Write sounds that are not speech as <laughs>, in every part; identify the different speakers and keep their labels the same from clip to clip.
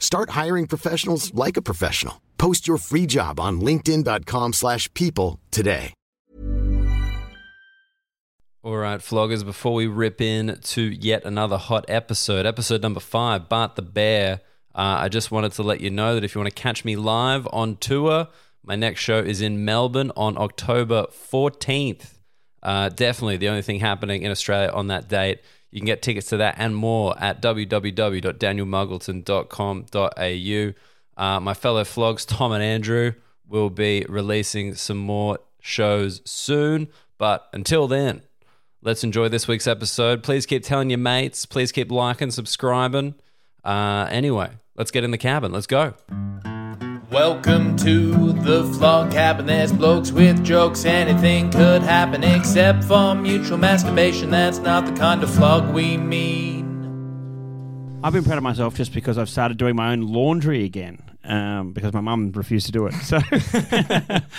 Speaker 1: Start hiring professionals like a professional. Post your free job on linkedin.com/people slash people today.
Speaker 2: All right, floggers, before we rip in to yet another hot episode, episode number five, Bart the Bear, uh, I just wanted to let you know that if you want to catch me live on tour, my next show is in Melbourne on October 14th. Uh, definitely the only thing happening in Australia on that date. You can get tickets to that and more at www.danielmuggleton.com.au. Uh, my fellow flogs, Tom and Andrew, will be releasing some more shows soon. But until then, let's enjoy this week's episode. Please keep telling your mates. Please keep liking, subscribing. Uh, anyway, let's get in the cabin. Let's go.
Speaker 3: Welcome to the Flog Cabin. There's blokes with jokes. Anything could happen except for mutual masturbation. That's not the kind of flog we mean.
Speaker 4: I've been proud of myself just because I've started doing my own laundry again um, because my mum refused to do it. <laughs>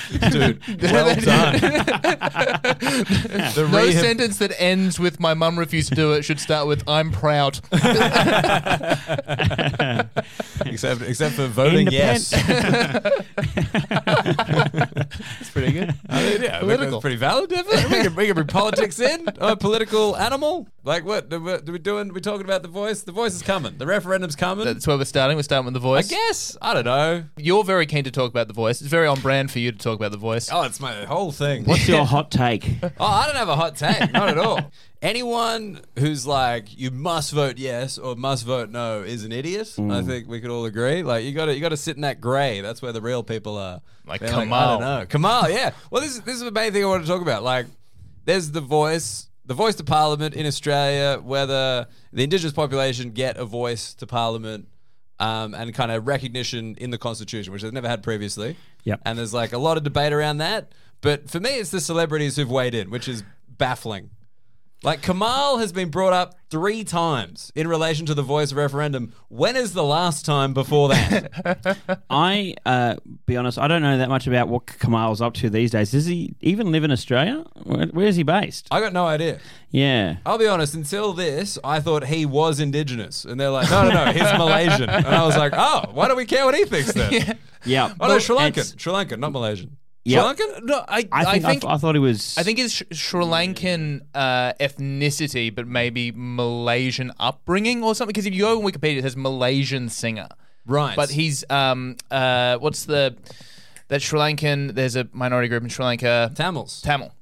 Speaker 3: <laughs>
Speaker 4: So
Speaker 2: Dude, well done. <laughs> The
Speaker 3: No
Speaker 2: rehab-
Speaker 3: sentence that ends with "my mum refused to do it" should start with "I'm
Speaker 2: <laughs>
Speaker 3: proud."
Speaker 5: except except for voting
Speaker 2: <laughs>
Speaker 5: yes.
Speaker 3: That's pretty good.
Speaker 5: I mean, yeah, I think
Speaker 3: Political.
Speaker 5: that's pretty valid. definitely. We can, we can bring politics in.
Speaker 2: <laughs>
Speaker 5: I'm a political animal. Like what? Do we, do we doing? We talking about the voice? The voice is coming. The referendum's coming.
Speaker 3: That's where we're starting. We're starting with the
Speaker 5: I
Speaker 3: voice.
Speaker 5: guess. I don't know.
Speaker 3: You're very keen to talk about the voice. It's very on brand for you to talk about the voice.
Speaker 5: Oh, it's my whole thing.
Speaker 4: what's <laughs> your hot take?
Speaker 5: Oh, I don't have a hot take. Not at all. Anyone who's like, you must vote yes or must vote no is an idiot. I think we could all agree. Like, you got to you got to sit in that grey. That's where the real people are.
Speaker 3: Like
Speaker 5: They're I
Speaker 3: Kamal.
Speaker 5: don't know. Kamal. Yeah. Well, this is this is the main thing I want to talk about. Like, there's the voice, the voice to Parliament in Australia. Whether the Indigenous population get a voice to Parliament. Um, and kind of recognition in the constitution, which they've never had previously.
Speaker 4: Yep.
Speaker 5: And there's like a lot of debate around that. But for me, it's the celebrities who've weighed in, which is baffling. Like Kamal has been brought up three times in relation to the voice referendum. When is the last time before that?
Speaker 4: I uh, be honest, I don't know that much about what Kamal's up to these days. Does he even live in Australia? Where, where is he based?
Speaker 5: I got no idea.
Speaker 4: Yeah.
Speaker 5: I'll be honest, until this, I thought he was indigenous. And they're like, no, no, no, he's Malaysian. And I was like, oh, why do we care what he thinks then?
Speaker 4: Yeah.
Speaker 5: Oh, no, Sri
Speaker 4: It's-
Speaker 5: Lankan. Sri Lankan, not Malaysian.
Speaker 4: Yeah.
Speaker 5: Sri Lankan?
Speaker 3: No, I,
Speaker 4: I think I, th- I thought he was.
Speaker 3: I think it's Sh- Sri Lankan uh, ethnicity, but maybe Malaysian upbringing or something. Because if you go on Wikipedia, it says Malaysian singer,
Speaker 5: Right.
Speaker 3: but he's um uh what's the that Sri Lankan? There's a minority group in Sri Lanka,
Speaker 5: Tamils.
Speaker 3: Tamil.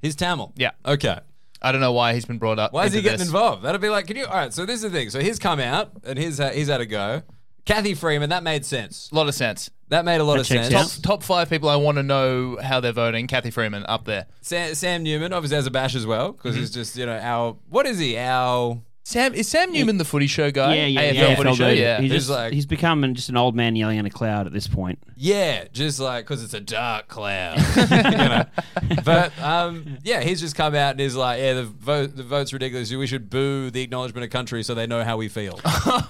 Speaker 5: He's Tamil.
Speaker 3: Yeah.
Speaker 5: Okay.
Speaker 3: I don't know why he's been brought up.
Speaker 5: Why is
Speaker 3: into
Speaker 5: he getting
Speaker 3: this.
Speaker 5: involved? That'd be like, can you? All right, so this is the thing. So he's come out and he's uh, he's had a go. Kathy Freeman, that made sense.
Speaker 3: A lot of sense.
Speaker 5: That made a lot
Speaker 4: That
Speaker 5: of
Speaker 4: checks
Speaker 5: sense.
Speaker 4: out.
Speaker 3: Top, top five people I want to know how they're voting. Kathy Freeman up there.
Speaker 5: Sam, Sam Newman obviously has a bash as well because he's just you know our what is he our
Speaker 3: Sam is Sam Newman the footy show guy?
Speaker 4: yeah, yeah,
Speaker 3: AFL
Speaker 4: yeah.
Speaker 3: footy show.
Speaker 4: dude.
Speaker 3: Yeah,
Speaker 4: He's,
Speaker 5: He's
Speaker 4: just,
Speaker 5: like-
Speaker 4: he's become just an old man
Speaker 5: <laughs>
Speaker 4: yelling at a cloud at this point.
Speaker 5: yeah just like because it's a dark cloud. <laughs> you know? but um, yeah, he's just come out and he's like, yeah, the vote, the vote's ridiculous. We should boo the acknowledgement of country so they know how we
Speaker 4: <laughs>
Speaker 5: feel.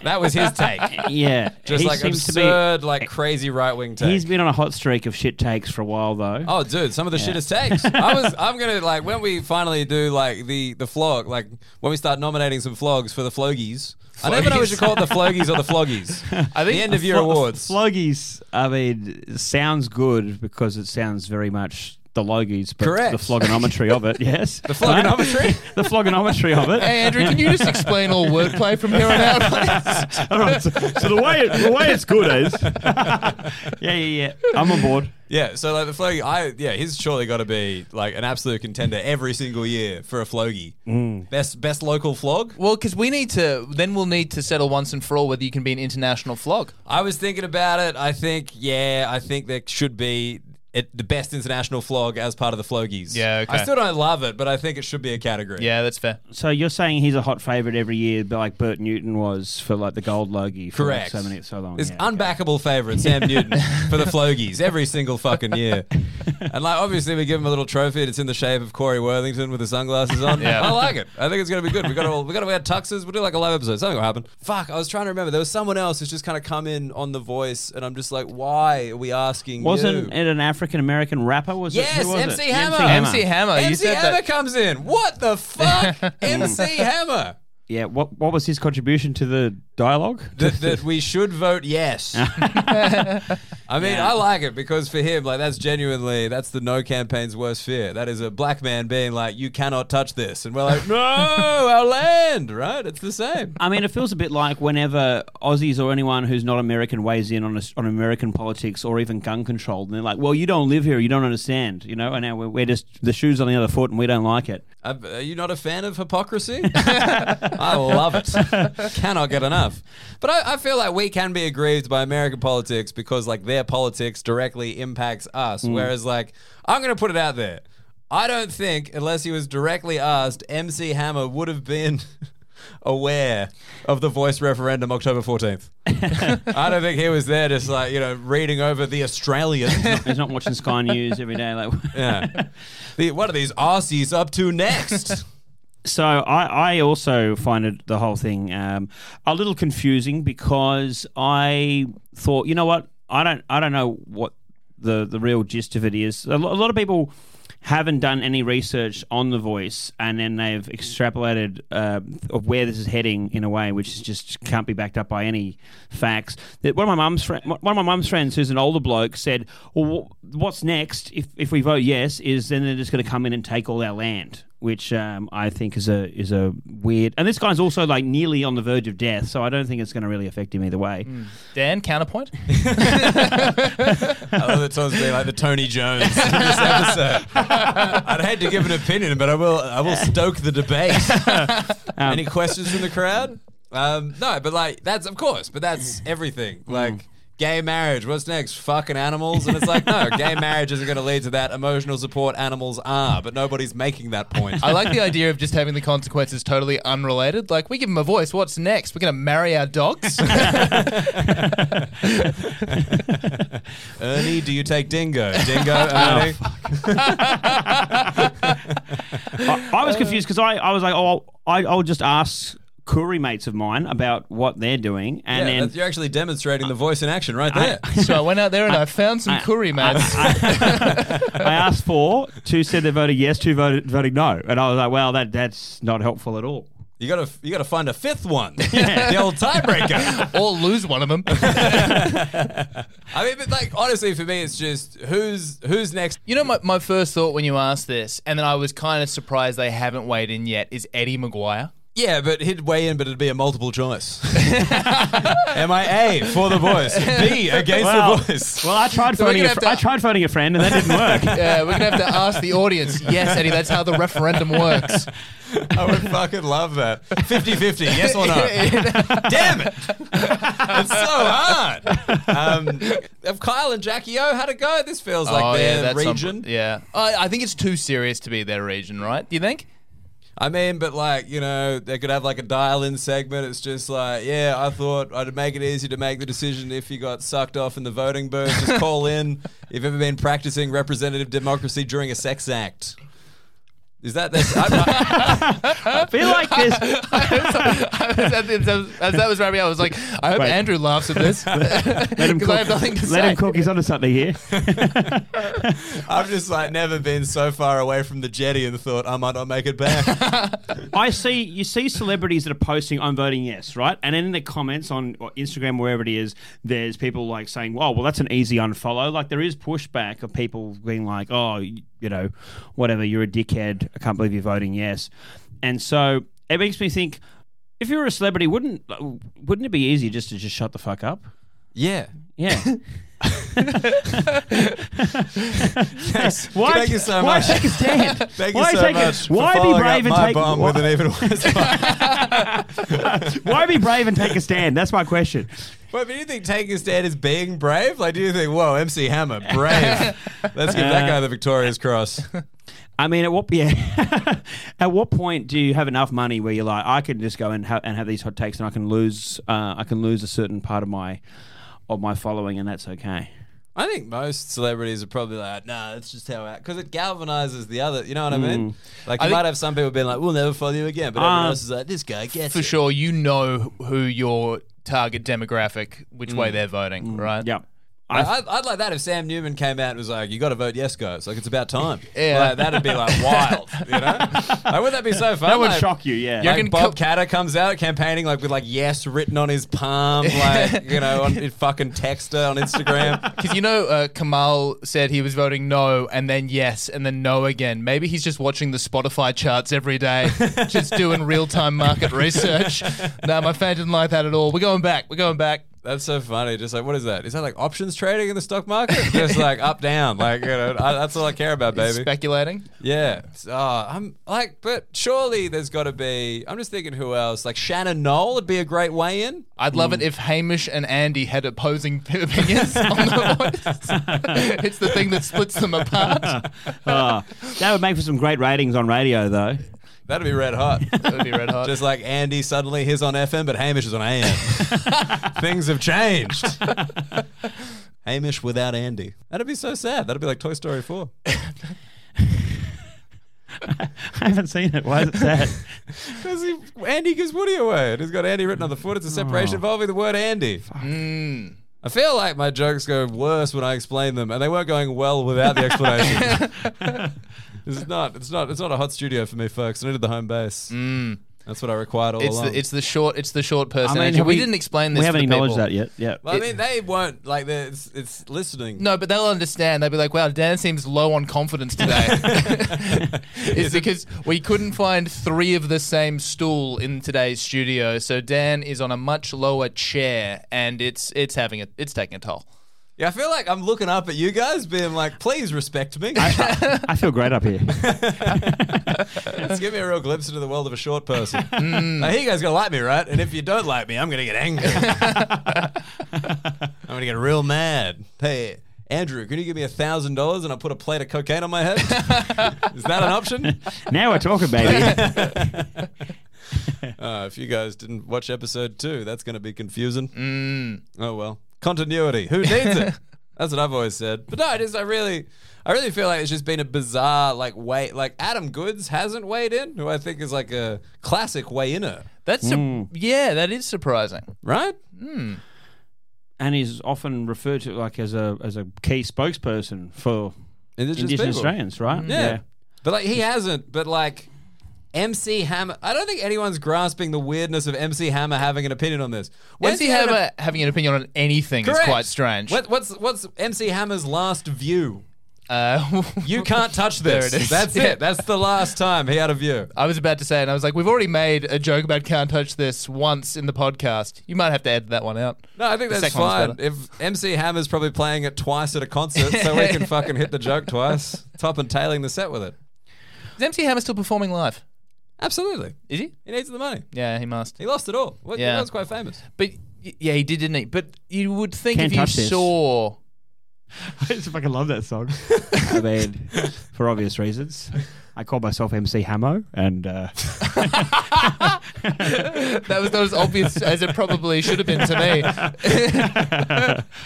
Speaker 5: that was his take.
Speaker 4: yeah,
Speaker 5: Just
Speaker 4: he
Speaker 5: like
Speaker 4: seems
Speaker 5: absurd, like crazy right wing
Speaker 4: to be.
Speaker 5: take.
Speaker 4: He's been on a hot streak of shit takes for a while though.
Speaker 5: Oh, dude, some of the shittest takes. I was, I'm gonna like when we finally do like the the flog, like when we start nominating some flogs for the flogies. I never know if we should call it the flogies or the floggies.
Speaker 4: <laughs>
Speaker 5: I think the end of year
Speaker 4: Flo-
Speaker 5: awards.
Speaker 4: Flogies. I mean, sounds good because it sounds very much the logies, but
Speaker 5: Correct.
Speaker 4: the flogonometry
Speaker 5: <laughs>
Speaker 4: of it. Yes, the
Speaker 5: flogonometry?
Speaker 4: the flogonometry of it.
Speaker 3: Hey, Andrew, can you just explain all wordplay from here on out? please?
Speaker 4: All right, so, so the way it, the way it's good
Speaker 5: <laughs>
Speaker 4: is, yeah, yeah, yeah. I'm on board.
Speaker 5: yeah, so like the flogie, I yeah, he's surely got to be like an absolute contender every single year for a flogie.
Speaker 3: Mm.
Speaker 5: Best best local flog.
Speaker 3: well, because we need to, then we'll need to settle once and for all whether you can be an international flog.
Speaker 5: I was thinking about it. I think yeah, I think there should be. It, the best international flog as part of the flogies.
Speaker 3: Yeah, okay.
Speaker 5: I still don't love it, but I think it should be a category.
Speaker 3: Yeah, that's fair.
Speaker 4: So you're saying he's a hot favorite every year, but like Bert Newton was for like the gold logie for like,
Speaker 5: Correct.
Speaker 4: so many so
Speaker 3: Oh,
Speaker 4: long.
Speaker 5: His
Speaker 4: yeah.
Speaker 5: unbackable favourite, Sam
Speaker 3: <laughs>
Speaker 5: Newton, for the Flogies every single fucking year. And like, obviously, we give him a little trophy. and It's in the shape of Corey Worthington with the sunglasses on.
Speaker 3: Yeah.
Speaker 5: I like it. I think it's gonna be good. We got to we got to wear tuxes. We'll do like a live episode. Something will happen. Fuck, I was trying to remember. There was someone else who's just kind of come in on the voice, and I'm just like, why are we asking?
Speaker 4: Wasn't
Speaker 5: you?
Speaker 4: it an African American rapper? Was it?
Speaker 5: Yes,
Speaker 4: Who was
Speaker 5: MC
Speaker 4: it?
Speaker 5: Hammer.
Speaker 3: MC Hammer. you
Speaker 5: MC
Speaker 3: said
Speaker 5: Hammer
Speaker 3: that.
Speaker 5: comes in. What the fuck,
Speaker 3: <laughs>
Speaker 5: MC Hammer?
Speaker 4: Yeah. What What was his contribution to the dialogue?
Speaker 5: that, that we should vote yes. I mean, I like it because for him, like that's genuinely that's the no campaign's worst fear. That is a black man being like, "You cannot touch this," and we're like, "No, our land, right? It's the same."
Speaker 4: I mean, it feels a bit like whenever Aussies or anyone who's not American weighs in on on American politics or even gun control, and they're like, "Well, you don't live here, you don't understand," you know. And now we're, we're just the shoes on the other foot, and we don't like it.
Speaker 5: Uh, Are you not a fan of hypocrisy? <laughs> I love it. Cannot get enough. But I, I feel like we can be aggrieved by American politics because like their politics directly impacts us. Whereas like I'm gonna put it out there. I don't think unless he was directly asked, MC Hammer would have been <laughs> aware of the voice referendum October 14th. I don't think he was there just like, you know, reading over the Australian.
Speaker 4: He's not watching Sky News every day. Like, <laughs>
Speaker 5: yeah. The, what are these Aussies up to next?
Speaker 4: so I, I also find it the whole thing um, a little confusing because I thought, you know what, I don't I don't know what the the real gist of it is. A, lo- a lot of people haven't done any research on the voice, and then they've extrapolated uh, of where this is heading in a way which is just can't be backed up by any facts. That one of my mum's fri- one of my mum's friends, who's an older bloke, said, "Well, wh- what's next if if we vote yes? Is then they're just going to come in and take all our land." which um, I think is a is a weird. And this guy's also like nearly on the verge of death, so I don't think it's going to really affect him either way.
Speaker 3: Hmm. Dan, counterpoint?
Speaker 5: I love that Tom's being like the Tony Jones of this episode. I'd hate to give an opinion, but I will. I will stoke the debate. Any questions from the crowd? Um, no, but like that's of course, but that's everything. Like gay marriage. What's next? Fucking animals. And it's like no, gay marriage isn't going to lead to that. Emotional support animals are, but nobody's making that point.
Speaker 3: I like the idea of just having the consequences totally unrelated. Like, we give them a voice. What's next? We're going to marry our <laughs> dogs?
Speaker 5: Ernie, do you take dingo? Dingo, Ernie.
Speaker 4: I, I
Speaker 3: Uh,
Speaker 4: was confused because I, I was like, oh, I, I'll just ask Koori mates of mine about what they're doing,
Speaker 5: Yeah,
Speaker 4: and then
Speaker 5: that's- you're actually demonstrating the voice in action right there.
Speaker 3: so I went out there and I found some curry, man.
Speaker 4: I asked four. Two said they voted yes, two voted voting no, and I was like, well, that that's not helpful at all.
Speaker 5: You gotta, you gotta find a fifth one. <laughs> the old tiebreaker.
Speaker 3: <laughs> or lose one of them.
Speaker 5: I mean, but like honestly, for me, it's just who's who's next.
Speaker 3: You know, my, my first thought when you asked this, and then I was kind of surprised they haven't weighed in yet, is Eddie Maguire.
Speaker 5: Yeah, but he'd weigh in, but it'd be a multiple choice. Am I A for the voice, B against
Speaker 4: Well,
Speaker 5: the voice? <laughs>
Speaker 4: well, I
Speaker 3: <laughs>
Speaker 4: tried
Speaker 3: So we're
Speaker 4: phoning.
Speaker 3: gonna
Speaker 4: A
Speaker 3: have
Speaker 4: fr-
Speaker 3: to-
Speaker 4: I tried phoning a friend, and that didn't work.
Speaker 3: <laughs> Yeah, we're going to have to ask the audience. Yes, Eddie, that's how the referendum <laughs> works.
Speaker 5: I would fucking love that. 50-50, yes
Speaker 3: <laughs>
Speaker 5: or no? Damn it! It's so hard. Um, have Kyle and Jackie O had a go? This
Speaker 4: Oh,
Speaker 5: feels like their
Speaker 3: Oh, that's on-
Speaker 5: region.
Speaker 4: <laughs>
Speaker 3: yeah. I, I think <laughs> it's too serious to be their region, right? Do you think?
Speaker 5: I mean, but like, you know, they could have like a dial in segment. It's just like, yeah, I thought I'd make it easy to make the decision if you got sucked off in the voting booth.
Speaker 4: <laughs>
Speaker 5: Just call in. You've ever been practicing representative democracy during a sex act. Is that this? I'm
Speaker 4: <laughs>
Speaker 5: not-
Speaker 4: I feel like this.
Speaker 3: <laughs> I was at the- As that was wrapping up, I was like, I hope
Speaker 4: Wait.
Speaker 3: Andrew laughs at this
Speaker 4: <laughs> Let
Speaker 3: <laughs>
Speaker 4: him
Speaker 3: because
Speaker 4: cook.
Speaker 3: I have nothing to
Speaker 4: Let
Speaker 3: say.
Speaker 4: him cook. He's onto something here.
Speaker 5: I've just like never been so far away from the jetty and thought I might not make it
Speaker 4: <laughs>
Speaker 5: back.
Speaker 4: I see you see celebrities that are posting I'm voting yes, right? And then in the comments on or Instagram wherever it is, there's people like saying, "Wow, well that's an easy unfollow." Like there is pushback of people being like, "Oh, you you know, whatever, you're a dickhead. I can't believe you're voting yes." And so it makes me think if you were a celebrity, wouldn't uh, wouldn't it be easier just to just shut the fuck up?
Speaker 5: yeah. <laughs>
Speaker 4: Yeah.
Speaker 5: Yes.
Speaker 4: Why,
Speaker 5: Thank you so
Speaker 4: why
Speaker 5: much.
Speaker 4: <laughs> take a stand?
Speaker 5: <laughs> Thank
Speaker 4: why
Speaker 5: you so
Speaker 4: take a-
Speaker 5: much. for
Speaker 4: why be
Speaker 5: following up
Speaker 4: brave and
Speaker 5: my
Speaker 4: take-
Speaker 5: bomb with
Speaker 4: <laughs> why-
Speaker 5: an even worse bomb.
Speaker 4: Why be brave and take a stand? That's my question.
Speaker 5: Wait, but do you think taking a stand is being brave? Like, do you think, whoa, MC Hammer, <laughs> brave? Let's give that guy the Victoria's Cross.
Speaker 4: I mean, at what <laughs> yeah, at what point do you have enough money where you're like, I can just go and ha- and have these hot takes, and I can lose, uh, I can lose a certain part of my of my following, and that's okay.
Speaker 5: <laughs> I think most celebrities are probably like, nah, that's just how I Because it galvanizes the other. You know what I mean? Like, you
Speaker 3: Mm. I think-
Speaker 5: might have some people being like, we'll never follow you again. But everyone
Speaker 4: Um,
Speaker 5: else is like, this guy gets
Speaker 3: For
Speaker 5: it.
Speaker 3: sure, you know who your target demographic, which way they're voting, right?
Speaker 4: Mm. Yeah,
Speaker 5: I, I'd, I'd like that if Sam Newman came out and was like, you got to vote yes, guys. Like, it's about time.
Speaker 3: <laughs> Yeah.
Speaker 5: Like, that'd be like wild, you know?
Speaker 3: <laughs>
Speaker 5: like, wouldn't that be so fun?
Speaker 4: that would
Speaker 5: Like,
Speaker 4: shock you. Yeah,
Speaker 3: You're
Speaker 5: Like
Speaker 4: <laughs>
Speaker 3: gonna
Speaker 5: Bob
Speaker 3: co-
Speaker 5: Catter comes out campaigning like with like yes written on his palm, like you know, on his fucking texter on Instagram. <laughs>
Speaker 3: Because you know, uh, Kamal said he was voting no and then yes and then no again. Maybe he's just watching the Spotify charts every
Speaker 4: <laughs>
Speaker 3: day, just doing real time market research. No, my fan didn't like that at all. We're going back. We're going back.
Speaker 5: That's so funny. Just like what is that? Is that like options trading in the stock market? Just like up down, like you know, I, that's all I care about, baby.
Speaker 3: Speculating.
Speaker 5: yeah. So, uh, I'm like, but surely there's got to be. I'm just thinking, who else? Like Shannon Knoll would be a great way in.
Speaker 3: I'd love
Speaker 4: Mm.
Speaker 3: it if Hamish and Andy had opposing <laughs> opinions on the voice. <laughs> it's the thing that splits them apart.
Speaker 4: Ah, that would make for some great ratings on radio, though. <laughs>
Speaker 5: That'd be red hot.
Speaker 3: That would be red hot.
Speaker 5: just
Speaker 3: <laughs>
Speaker 5: like Andy suddenly he's on FM, but Hamish is on AM. Things have changed. Hamish without Andy. That'd be so sad. That'd be like Toy Story 4.
Speaker 4: I haven't seen it. Why is
Speaker 3: <laughs>
Speaker 4: it sad?
Speaker 5: Because Andy gives Woody away. And he's got Andy written on the foot. It's a
Speaker 3: Oh.
Speaker 5: separation involving the word Andy. Mm. I feel like my jokes go worse when I explain them, and they weren't going well without the
Speaker 3: <laughs>
Speaker 5: explanation. this is not. It's not. It's not a hot studio for me, folks. I needed the home base. That's what I required all
Speaker 3: Mm. It's
Speaker 5: along.
Speaker 3: the, it's the short it's the short person.
Speaker 4: I mean,
Speaker 3: Andrew,
Speaker 4: have
Speaker 3: we, didn't explain this.
Speaker 4: We
Speaker 3: to
Speaker 4: haven't
Speaker 3: the
Speaker 4: acknowledged
Speaker 3: people.
Speaker 4: that yet. Yeah.
Speaker 5: Well, I mean, they won't like. they're- It's, it's listening.
Speaker 3: No, but they'll understand. They'll be like, "Wow, Dan seems low on confidence
Speaker 4: <laughs>
Speaker 3: today." <laughs> it's because we couldn't find three of the same stool in today's studio, so Dan is on a much lower chair, and it's it's having a it's taking a toll.
Speaker 5: Yeah, I feel like I'm looking up at you guys, being like, please respect me.
Speaker 4: <laughs> I feel
Speaker 3: <laughs>
Speaker 4: great up here.
Speaker 5: <laughs> Let's give me a real glimpse into the world of a short person. Now, here you guys gonna like me, right? And if you don't like me, I'm gonna get angry. I'm gonna get real mad. Hey, Andrew, can you give me a thousand dollars and I'll put a plate of cocaine on my head? Is that an option?
Speaker 4: now we're talking, baby.
Speaker 5: Uh, if you guys didn't watch episode two, that's gonna be confusing.
Speaker 3: Mm.
Speaker 5: Oh well, continuity. Who needs
Speaker 3: <laughs>
Speaker 5: it? That's what I've always said. But no, I just I really, I really feel like it's just been a bizarre like way. Like Adam Goods hasn't weighed in, who I think is like a classic weigh inner,
Speaker 3: That's sur-
Speaker 4: Hmm.
Speaker 3: yeah, that is surprising.
Speaker 5: right?
Speaker 4: and he's often referred to like as a as a key spokesperson for
Speaker 5: Indigenous,
Speaker 4: Indigenous
Speaker 5: people.
Speaker 4: Australians,
Speaker 3: Mm.
Speaker 4: right?
Speaker 5: Yeah. but like he hasn't. But like MC Hammer, I don't think anyone's grasping the weirdness of MC Hammer having an opinion on this. When's
Speaker 3: MC
Speaker 5: he had an-
Speaker 3: Hammer having an opinion on anything is
Speaker 5: Correct.
Speaker 3: quite strange.
Speaker 5: What, what's what's MC Hammer's last view?
Speaker 3: Uh, <laughs>
Speaker 5: You can't touch
Speaker 3: There
Speaker 5: this.
Speaker 3: it is.
Speaker 5: That's
Speaker 3: Yeah.
Speaker 5: it. That's the last time he had a view.
Speaker 3: I was about to say, and I was like, we've already made a joke about can't touch this once in the podcast. You might have to add that one out.
Speaker 5: No, I think
Speaker 3: The
Speaker 5: that's
Speaker 3: second one's
Speaker 5: fine.
Speaker 3: better.
Speaker 5: If MC Hammer's probably playing it twice at a concert, so we <laughs> can fucking hit the joke twice, top and tailing the set with it.
Speaker 3: Is MC Hammer still performing live?
Speaker 5: Absolutely,
Speaker 3: Is he?
Speaker 5: he needs the money.
Speaker 3: Yeah, he must.
Speaker 5: He lost it all. Well,
Speaker 3: Yeah.
Speaker 5: yeah, that's quite famous.
Speaker 3: But y- yeah, he did, didn't he? But you would think
Speaker 4: Can't
Speaker 3: if you
Speaker 4: touch this.
Speaker 3: saw
Speaker 4: <laughs> I just fucking love that song. I mean, for obvious reasons. I call myself MC Hamo, and <laughs> uh,
Speaker 3: That was not as obvious as it probably should have been to me.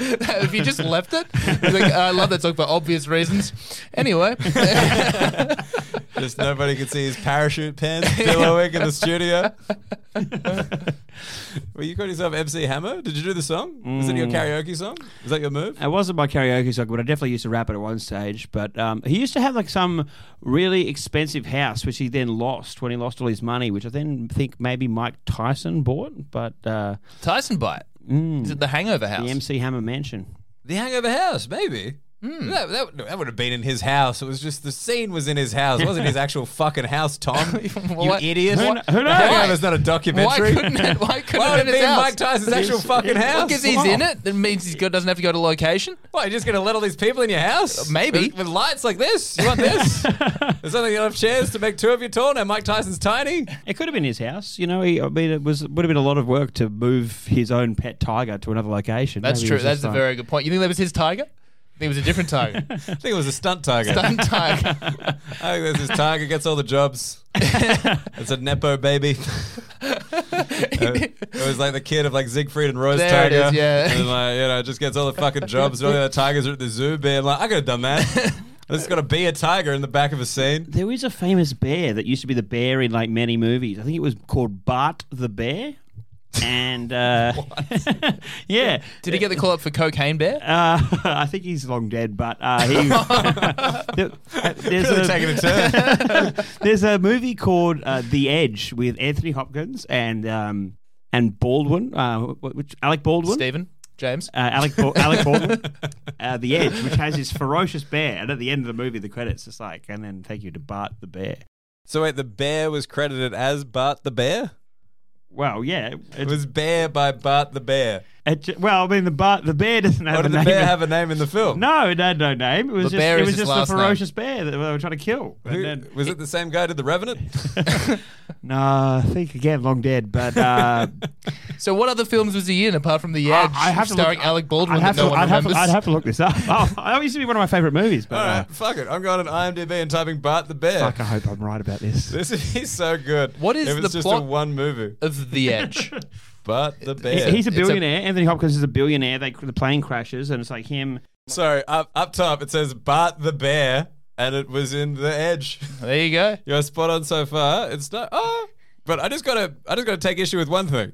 Speaker 3: <laughs> if you just left it, it's like, I love that song for obvious reasons. Anyway, <laughs>
Speaker 5: Just nobody could see his parachute <laughs> pants billowing in the <laughs> studio. well, you called yourself MC Hammer. Did you do the song? Was
Speaker 3: Mm.
Speaker 5: it your karaoke song? Was that your move?
Speaker 4: it wasn't my karaoke song, but I definitely used to rap it at one stage. But um, he used to have like some really expensive house, which he then lost when he lost all his money, which I then think maybe Mike Tyson bought, but uh,
Speaker 3: Tyson Bite. Is it the Hangover House?
Speaker 4: the MC Hammer Mansion.
Speaker 5: The Hangover House, maybe. That, that, no, that would have been in his house. It was just the scene was in his house. It wasn't his actual fucking house, <laughs> Tom. you
Speaker 3: What?
Speaker 5: idiot.
Speaker 4: Who kn- who
Speaker 5: The
Speaker 4: knows?
Speaker 5: Hangover's not a documentary. <laughs>
Speaker 3: <laughs> Why couldn't it- why
Speaker 5: would
Speaker 3: couldn't it have been his
Speaker 5: be
Speaker 3: house?
Speaker 5: Mike Tyson's actual fucking house?
Speaker 3: Because he's in it, that means he doesn't have to go to
Speaker 4: <laughs>
Speaker 3: location.
Speaker 5: What, you're just going to let all these people in your house?
Speaker 3: maybe.
Speaker 5: With, with lights like this? You want this? There's only enough chairs to make two of you tall. Now Mike Tyson's tiny.
Speaker 4: It could have been his house, you know. He, I mean, it was would have been a lot of work to move his own pet tiger to another location.
Speaker 3: That's
Speaker 4: Maybe it
Speaker 3: true.
Speaker 4: was
Speaker 3: That's
Speaker 4: just
Speaker 3: a
Speaker 4: like-
Speaker 3: very good point. You think that was his tiger? I think it was a different
Speaker 4: <laughs>
Speaker 3: tiger.
Speaker 5: I think it was a stunt tiger.
Speaker 3: Stunt tiger.
Speaker 5: I think this is tiger gets all the jobs. it's a nepo baby. it was like the kid of like Siegfried and Roy's
Speaker 3: There it
Speaker 5: tiger.
Speaker 3: is, yeah.
Speaker 5: And like, you know, just gets all the fucking jobs. And all the other tigers are at the zoo being like, I could have done that. There's got to be a tiger in the back of a scene.
Speaker 4: There is a famous bear that used to be the bear in like many movies. I think it was called Bart the Bear.
Speaker 5: <laughs>
Speaker 4: And uh, <laughs> yeah,
Speaker 3: Did he get the call up for Cocaine Bear?
Speaker 4: Uh, <laughs> I think he's long dead, but
Speaker 5: <laughs>
Speaker 4: uh, he. <laughs> There- there's,
Speaker 5: Really taking
Speaker 4: <laughs>
Speaker 5: a turn.
Speaker 4: a, there's a movie called uh, The Edge with Anthony Hopkins and um, and Baldwin, uh, wh- which Alec Baldwin,
Speaker 3: Stephen? James?
Speaker 4: uh, Alec ba-
Speaker 5: <laughs>
Speaker 4: Alec Baldwin, uh, The Edge, which has this ferocious bear, and at the end of the movie, the credits it's like, and then thank you to Bart the bear.
Speaker 5: so wait, the bear was credited as Bart the Bear?
Speaker 4: Well, yeah,
Speaker 5: It
Speaker 4: it,
Speaker 5: was Bear by Bart the Bear.
Speaker 4: it ju- well, I mean, the Bart the bear doesn't have
Speaker 5: Or
Speaker 4: a
Speaker 5: did the
Speaker 4: name.
Speaker 5: bear
Speaker 4: in-
Speaker 5: have a name in the film?
Speaker 4: no, it had no name. It was
Speaker 3: The
Speaker 4: just
Speaker 3: bear
Speaker 4: it
Speaker 3: is
Speaker 4: was
Speaker 3: his
Speaker 4: just the
Speaker 3: last name.
Speaker 4: ferocious bear that they were trying to kill. And
Speaker 5: Who-
Speaker 4: then-
Speaker 5: was it the same guy who did The Revenant?
Speaker 4: No, I think again, long dead. But uh,
Speaker 3: <laughs> So what other films was he in apart from The Edge, starring Alec Baldwin
Speaker 4: I'd have,
Speaker 3: that no
Speaker 4: to,
Speaker 3: one
Speaker 4: I'd, have to,
Speaker 3: remembers?
Speaker 4: I'd have to look
Speaker 3: <laughs>
Speaker 4: this up. Oh, that used to be one of my favorite movies. But
Speaker 5: All
Speaker 4: uh,
Speaker 5: right, fuck it. I'm going on IMDb and typing Bart the Bear.
Speaker 4: fuck, I hope I'm right about this.
Speaker 5: This is so good.
Speaker 3: What is
Speaker 5: it was
Speaker 3: the
Speaker 5: just
Speaker 3: plot-
Speaker 5: a one movie?
Speaker 3: of The
Speaker 4: <laughs>
Speaker 3: Edge.
Speaker 5: But the bear.
Speaker 4: He- He's a
Speaker 3: It's a-
Speaker 4: billionaire. Anthony Hopkins is a billionaire. They the plane crashes, and it's like him.
Speaker 5: Sorry, up, up top it says Bart the bear, and it was in the edge. <laughs>
Speaker 3: there you go. <laughs>
Speaker 5: You're spot on so far. It's not. Oh, but I just gotta. I just gotta take issue with one thing.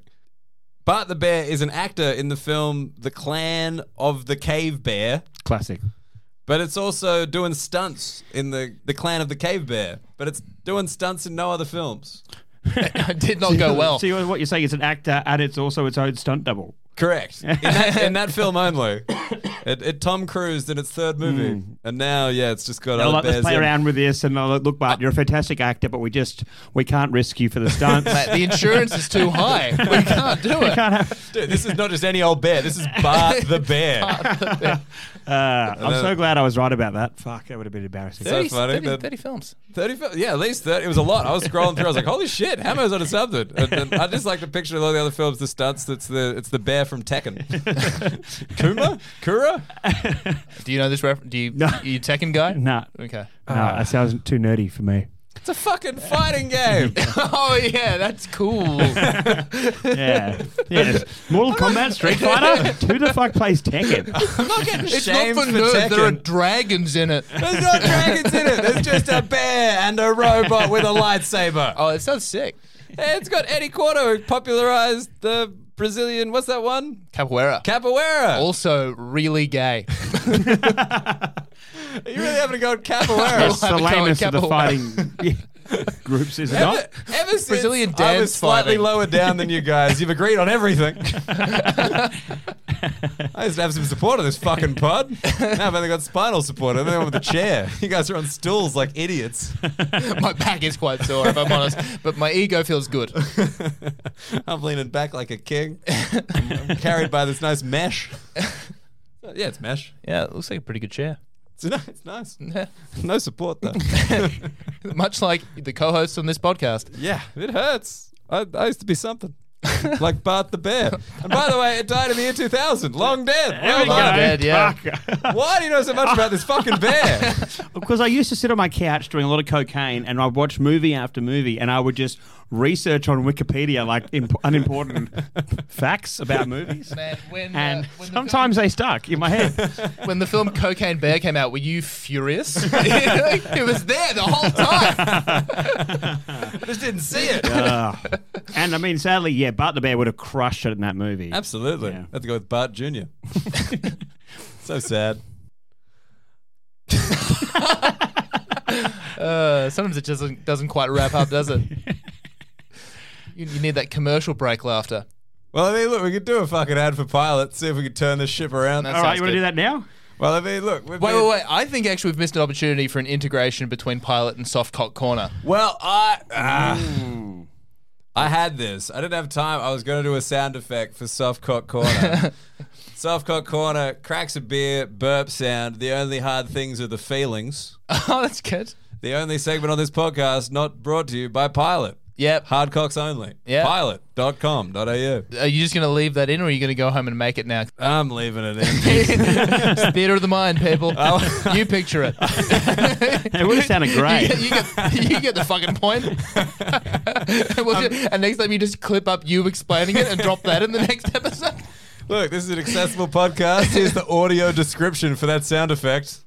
Speaker 5: Bart the bear is an actor in the film The Clan of the Cave Bear,
Speaker 4: Classic.
Speaker 5: but it's also doing stunts in the the Clan of the Cave Bear. But it's doing stunts in no other films.
Speaker 3: It did not go well.
Speaker 4: So you're, what you're saying? It's an actor, and it's also its own stunt double.
Speaker 5: Correct. In that, in that film only. It, it Tom Cruise in its third movie. And now, yeah, it's just got
Speaker 4: They're
Speaker 5: other
Speaker 4: like, let's
Speaker 5: bears
Speaker 4: play
Speaker 5: in.
Speaker 4: around with this, and they're like, look, Bart, you're a fantastic actor, but we just we can't risk you for the stunts. Uh,
Speaker 3: Mate, the insurance is too high. We can't
Speaker 4: <laughs>
Speaker 3: do it.
Speaker 5: Dude, this is not just any old bear. This is Bart the bear.
Speaker 4: Uh, I'm
Speaker 5: then-
Speaker 4: so glad I was right about that. Fuck, that would have been embarrassing.
Speaker 5: So funny
Speaker 3: 30,
Speaker 5: that-
Speaker 3: 30 films.
Speaker 5: 30, fil- yeah, at least 30. It was a lot. I was scrolling through. I was like, holy shit, Hammer's onto something. And, and I just like the picture of all the other films, the stunts. That's the It's the bear from Tekken. Kuma? Kura?
Speaker 3: Do you know this reference? Do you, you Tekken guy?
Speaker 4: Nah,
Speaker 3: Okay. <laughs>
Speaker 4: nah, that sounds too nerdy for me.
Speaker 5: It's a fucking fighting game.
Speaker 3: oh, yeah, that's cool. I
Speaker 4: Yeah. yeah. Mortal Kombat Street Fighter? Who the fuck plays Tekken?
Speaker 5: I'm not getting
Speaker 3: It's
Speaker 5: shamed
Speaker 3: not for,
Speaker 5: for
Speaker 3: nerds.
Speaker 5: Tekken.
Speaker 3: There are dragons in it.
Speaker 5: There's no dragons in it. There's just a bear and a robot with a lightsaber.
Speaker 3: Oh, it sounds sick.
Speaker 5: Hey, it's got Eddie Quarto who popularized the Brazilian. What's that one?
Speaker 3: Capoeira.
Speaker 5: Capoeira.
Speaker 3: also, really gay.
Speaker 5: Are you really having to go at capoeira?
Speaker 4: It's the
Speaker 3: have a go at
Speaker 4: lamest of the
Speaker 3: Capoeira.
Speaker 4: fighting <laughs> groups, is it
Speaker 5: Ever,
Speaker 4: not?
Speaker 5: ever since
Speaker 3: Brazilian
Speaker 5: I was
Speaker 3: dance
Speaker 5: slightly
Speaker 3: fighting.
Speaker 5: lower down than you guys, you've agreed on
Speaker 3: <laughs>
Speaker 5: everything. I used to have some support on this fucking pod. Now I've only got spinal support. I'm the one with a chair. You guys are on stools like idiots.
Speaker 3: my back is quite sore, if I'm honest, but my ego feels good.
Speaker 5: I'm leaning back like a king. I'm, I'm carried by this nice
Speaker 3: <laughs>
Speaker 5: mesh. Yeah, it's mesh.
Speaker 3: Yeah, it looks like a pretty good chair.
Speaker 5: It's, ni- it's nice. No support though.
Speaker 3: Much like the co hosts on this podcast.
Speaker 5: yeah, it hurts. I, I used to be something. like Bart the Bear. And by the way, it died in the year 2000. Long dead.
Speaker 4: There
Speaker 5: Well
Speaker 4: we go.
Speaker 5: done.
Speaker 3: dead, yeah.
Speaker 4: Fuck.
Speaker 5: Why do you know so much about this fucking bear?
Speaker 4: Because I used to sit on my couch doing a lot of cocaine and I'd watch movie after movie and I would just research on Wikipedia like imp- unimportant <laughs> facts about movies.
Speaker 3: Man, when, uh,
Speaker 4: And
Speaker 3: when the
Speaker 4: sometimes they stuck in my head.
Speaker 3: When the film Cocaine Bear came out, were you furious? <laughs> it was there the whole time. <laughs>
Speaker 5: I just didn't see it.
Speaker 4: Ah. and I mean, sadly, yeah, Bart the Bear would have crushed it in that movie.
Speaker 5: Absolutely.
Speaker 4: Yeah.
Speaker 5: I have to go with Bart Jr. <laughs> so sad.
Speaker 3: Uh, sometimes it just doesn't, doesn't quite wrap up, does it?
Speaker 4: <laughs>
Speaker 3: You, you need that commercial break laughter.
Speaker 5: Well, I mean, look, we could do a fucking ad for Pilot, see if we could turn this ship around.
Speaker 3: That's-
Speaker 4: All right,
Speaker 3: sounds
Speaker 4: you want
Speaker 3: good.
Speaker 4: to do that now?
Speaker 5: Well, I mean, look. Wait,
Speaker 3: Wait, wait, wait. I think actually we've missed an opportunity for an integration between Pilot and Soft Cock
Speaker 4: <laughs>
Speaker 3: Corner.
Speaker 5: Well, I ah. I had this. I didn't have time. I was going to do a sound effect for soft cock <laughs> corner. soft cock corner cracks a beer, burp sound. The only hard things are the feelings.
Speaker 3: Oh, that's good.
Speaker 5: The only segment on this podcast not brought to you by Pilot.
Speaker 3: Yep.
Speaker 5: Hard cocks only.
Speaker 3: Yeah.
Speaker 5: Pilot.com.au.
Speaker 3: Are you just going to leave that in or are you going to go home and make it
Speaker 4: <laughs>
Speaker 3: now?
Speaker 5: I'm leaving it in.
Speaker 3: it's theater of the mind,
Speaker 4: <laughs>
Speaker 3: people. you picture it.
Speaker 4: Oh. It would have sounded
Speaker 3: You
Speaker 4: great.
Speaker 3: get, <laughs> you, get, you get the fucking
Speaker 4: <laughs>
Speaker 3: point. <laughs> and, we'll
Speaker 4: Um,
Speaker 3: ju- and next time you just clip up you explaining it and drop that in the next episode.
Speaker 5: <laughs> Look, this is an accessible podcast. Here's the audio description for that sound effect.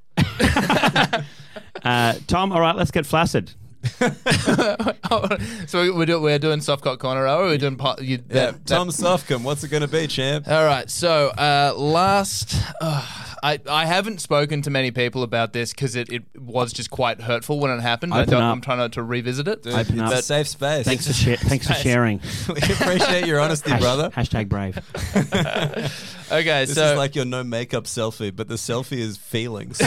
Speaker 4: Uh, Tom, all right, let's get flaccid.
Speaker 3: <laughs> so we're, do, we're doing soft cock corner, or we're doing pot, you,
Speaker 5: Yeah,
Speaker 3: that-
Speaker 5: Tom Sofcombe, what's it going to be, champ?
Speaker 3: All right. So uh, last, uh, I I haven't spoken to many people about this because it, it was just quite hurtful when it happened. I
Speaker 4: Open
Speaker 3: don't,
Speaker 4: up.
Speaker 3: I'm trying not to revisit it.
Speaker 5: Dude,
Speaker 4: Open
Speaker 5: it's a
Speaker 4: up.
Speaker 5: safe space.
Speaker 4: Thanks for, sha- thanks for sharing.
Speaker 5: <laughs>
Speaker 3: <laughs>
Speaker 5: we appreciate your <laughs> honesty,
Speaker 4: Hash-
Speaker 5: brother.
Speaker 4: Hashtag brave.
Speaker 3: Okay.
Speaker 5: This
Speaker 3: so
Speaker 5: is like your no makeup selfie, but the selfie is feelings.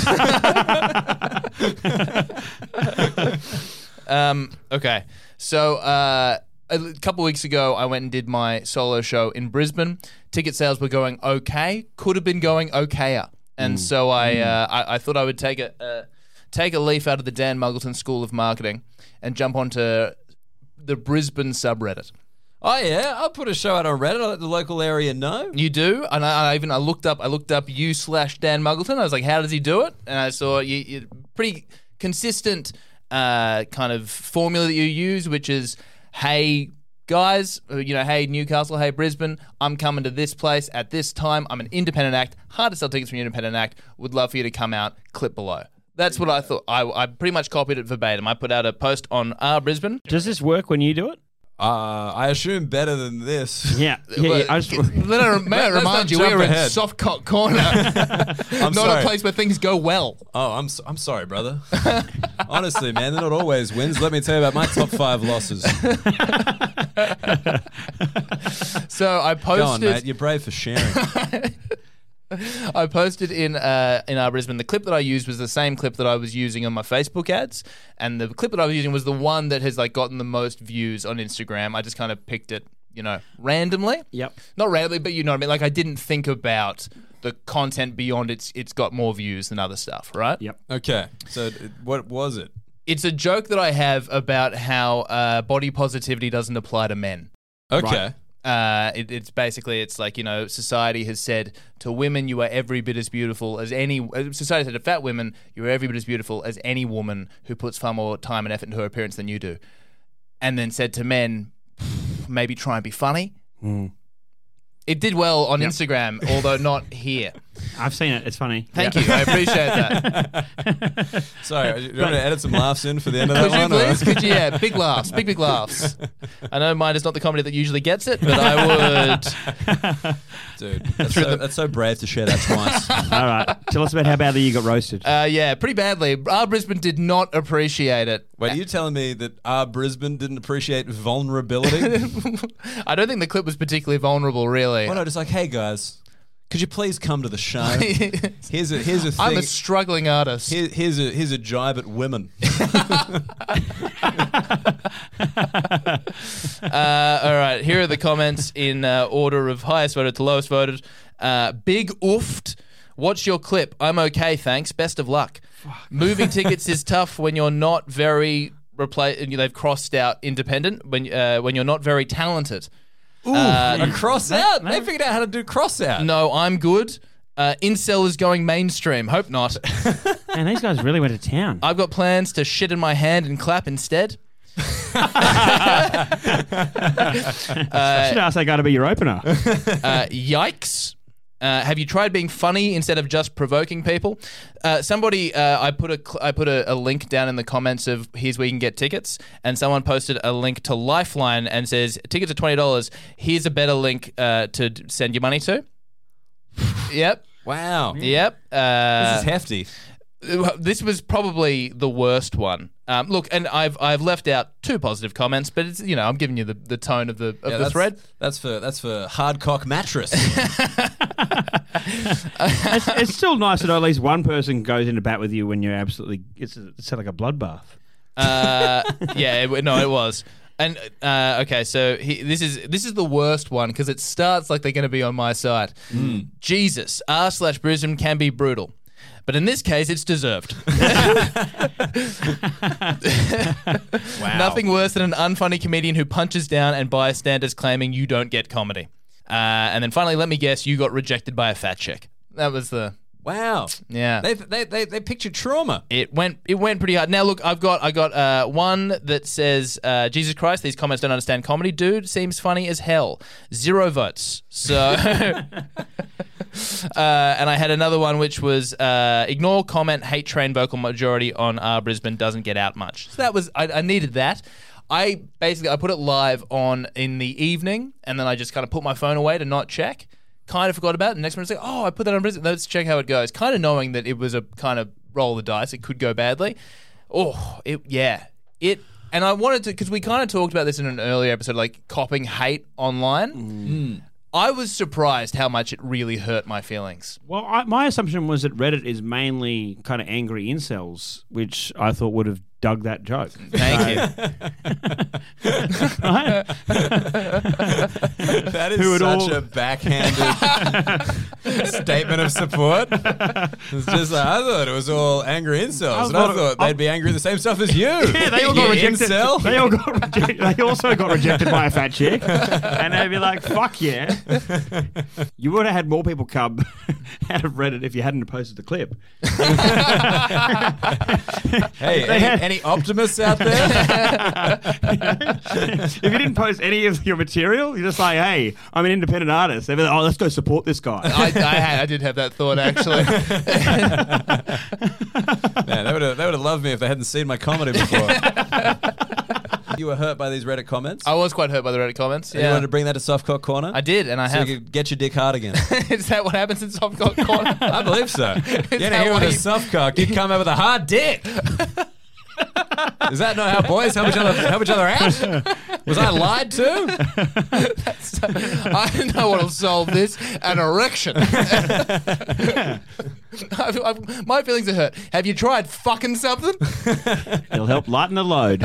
Speaker 3: Um, okay. So uh, a l- couple weeks ago, I went and did my solo show in Brisbane. Ticket sales were going okay. Could have been going okayer. And so I, uh, I, I thought I would take a uh, take a leaf out of the Dan Muggleton School of Marketing and jump onto the Brisbane subreddit.
Speaker 5: <laughs> oh yeah, I'll put a show out on Reddit. I'll let the local area know.
Speaker 3: You do, and I, I even I looked up I looked up you slash Dan Muggleton. I was like, how does he do it? And I saw you, you pretty consistent uh, kind of formula that you use, which is, hey guys, uh, you know, hey Newcastle, hey Brisbane, I'm coming to this place at this time. I'm an independent act. Hard to sell tickets from an independent act. Would love for you to come out. Clip below. That's what I thought. I, I pretty much copied it verbatim. I put out a post on R Brisbane.
Speaker 4: Does this work when you do it?
Speaker 5: Uh, I assume better than this.
Speaker 4: Yeah. yeah, yeah, I just-
Speaker 3: <laughs> Let I- may I
Speaker 5: Let's not
Speaker 3: remind you,
Speaker 5: jump
Speaker 3: we're in
Speaker 5: ahead.
Speaker 3: soft cock
Speaker 5: <laughs>
Speaker 3: corner.
Speaker 5: I'm
Speaker 3: <laughs> not
Speaker 5: sorry.
Speaker 3: a place where things go well.
Speaker 5: Oh, I'm so, I'm sorry, brother. <laughs> Honestly, man, they're not always wins. Let me tell you about my top five <laughs> losses.
Speaker 3: So I
Speaker 5: Go on,
Speaker 3: posted,
Speaker 5: mate. You're brave for sharing.
Speaker 3: I posted in uh, in our Brisbane. The clip that I used was the same clip that I was using on my Facebook ads, and the clip that I was using was the one that has like gotten the most views on Instagram. I just kind of picked it, you know, randomly.
Speaker 4: <laughs> Yep.
Speaker 3: Not randomly, but you know what I mean. Like I didn't think about the content beyond it's it's got more views than other stuff, right?
Speaker 4: Yep.
Speaker 5: <laughs> okay, so d- what was it?
Speaker 3: It's a joke that I have about how uh, body positivity doesn't apply to men.
Speaker 5: Okay.
Speaker 3: uh, it, it's basically it's like you know society has said to women you are every bit as beautiful as any uh, society said to fat women you are every bit as beautiful as any woman who puts far more time and effort into her appearance than you do and then said to men maybe try and be funny it did well on instagram although not here
Speaker 4: I've seen it. It's funny.
Speaker 3: thank you i appreciate that
Speaker 5: Sorry, you want to edit some laughs in for the <laughs> end of that
Speaker 3: could you
Speaker 5: one? or-
Speaker 3: please could you yeah big laughs big big laughs i know mine is not the comedy that usually gets it but i would
Speaker 5: Dude, <laughs> that's so, that's so brave to share that <laughs> twice.
Speaker 4: All right. Tell us about how badly you got roasted.
Speaker 3: Uh, yeah, pretty badly. Our Brisbane did not appreciate it.
Speaker 5: Wait, are you telling me that our Brisbane didn't appreciate vulnerability? <laughs>
Speaker 3: I don't think the clip was particularly vulnerable, really.
Speaker 5: Why not just like, hey guys, could you please come to the show?
Speaker 3: <laughs>
Speaker 5: here's a here's a
Speaker 3: I'm
Speaker 5: thing.
Speaker 3: a struggling artist.
Speaker 5: here, here's a here's a jibe at women.
Speaker 3: Uh, all right, here are the comments in uh, order of highest voted to lowest voted. Uh, big oofed. Watch your clip. I'm okay, thanks. Best of luck. Moving tickets is tough when you're not very repla- and They've crossed out independent when uh, when you're not very talented.
Speaker 5: <laughs> a cross out. They figured out how to do cross out.
Speaker 3: No, I'm good. Uh, incel is going mainstream. Hope not. <laughs>
Speaker 4: And these guys really went to town.
Speaker 5: Uh,
Speaker 3: I've got plans to shit in my hand and clap instead. Uh,
Speaker 4: I should ask that guy to be your
Speaker 5: <laughs>
Speaker 4: opener.
Speaker 3: Uh, yikes. Uh, have you tried being funny instead of just provoking people? Uh, somebody, uh, I put a cl- I put a, a link down in the comments of here's where you can get tickets, and someone posted a link to Lifeline and says tickets are twenty dollars. Here's a better link uh, to d- send your money to. Yep,
Speaker 5: Wow.
Speaker 3: yep. Uh,
Speaker 5: This is hefty.
Speaker 3: this was probably the worst one. Um, look, and I've I've left out two positive comments, but it's you know I'm giving you the, the tone of the of
Speaker 5: Yeah,
Speaker 3: the
Speaker 5: that's,
Speaker 3: thread.
Speaker 5: That's for that's for hard cock mattress.
Speaker 4: it's, it's still nice that at least one person goes into bat with you when you're absolutely. It's, it's like a bloodbath.
Speaker 3: Uh, <laughs> yeah, it, no, it was. And uh, okay, so he, this is this is the worst one because it starts like they're going to be on my side. Jesus, r slash Brisbane can be brutal, but in this case, it's deserved. <laughs> Nothing worse than an unfunny comedian who punches down and bystanders claiming you don't get comedy. Uh, and then finally, let me guess, you got rejected by a fat chick. That was the
Speaker 5: wow.
Speaker 3: yeah.
Speaker 5: They, they they they pictured trauma.
Speaker 3: It went it went pretty hard. Now look, I've got I got uh, one that says uh, Jesus Christ, these comments don't understand comedy. Dude seems funny as hell. Zero votes. So, uh, and I had another one which was uh, ignore comment hate train vocal majority on R Brisbane doesn't get out much. So that was I, I needed that. I basically I put it live on in the evening, and then I just kind of put my phone away to not check. Kind of forgot about it. The next morning, it's like, oh, I put that on Brisbane. Let's check how it goes. Kind of knowing that it was a kind of roll the dice. It could go badly. Oh, it yeah it. And I wanted to because we kind of talked about this in an earlier episode, like copping hate online. I was surprised how much it really hurt my feelings.
Speaker 4: Well, I, my assumption was that Reddit is mainly kind of angry incels, which I thought would have dug that joke.
Speaker 3: Thank you.
Speaker 5: <laughs>
Speaker 4: Right?
Speaker 5: That is
Speaker 4: Who would
Speaker 5: such
Speaker 4: all-
Speaker 5: a backhanded <laughs> statement of
Speaker 3: <laughs>
Speaker 5: support. It's just like, I thought it was all angry incels,
Speaker 4: I
Speaker 5: and I
Speaker 4: thought-
Speaker 5: thought
Speaker 4: I-
Speaker 5: they'd be angry at the same stuff as you.
Speaker 4: <laughs> Yeah, they all got
Speaker 5: <laughs> you
Speaker 4: rejected.
Speaker 5: Incel.
Speaker 4: <laughs> They all got rejected. They also got rejected by a fat chick, and they'd be like,
Speaker 5: <laughs>
Speaker 4: "Fuck yeah!" You would have had more people come <laughs> out of Reddit if you hadn't posted the clip.
Speaker 5: hey,
Speaker 4: They
Speaker 5: any,
Speaker 4: had-
Speaker 5: any optimists out
Speaker 4: <laughs>
Speaker 5: there?
Speaker 4: if you didn't post any of your material, you're just like, "Hey, I'm an independent artist." They'd be like, "Oh, let's go support this guy."
Speaker 3: I, I, had, I did have that thought actually.
Speaker 5: Man, they would have they would have loved me if they hadn't seen my comedy <laughs> before. you were hurt by these Reddit comments.
Speaker 3: I was quite hurt by the Reddit comments.
Speaker 5: You
Speaker 3: Yeah.
Speaker 5: wanted to bring that to Softcock Corner?
Speaker 3: I did, and I
Speaker 5: So
Speaker 3: have.
Speaker 5: you
Speaker 3: <laughs>
Speaker 5: could get your dick hard <laughs> again.
Speaker 3: Is that what happens in soft cock corner?
Speaker 5: <laughs> I believe so. you know,
Speaker 3: how
Speaker 5: here with a
Speaker 3: I-
Speaker 5: soft cock, you come out with a hard <laughs> dick. Is that not how boys help each other help each other out? Was I lied <laughs>
Speaker 3: <laughs>
Speaker 5: to?
Speaker 3: I know what'll solve this:
Speaker 5: <laughs>
Speaker 3: an erection. <laughs> I've, I've, my feelings are hurt. Have you tried
Speaker 5: <laughs>
Speaker 3: fucking something?
Speaker 4: <laughs> It'll help lighten the load.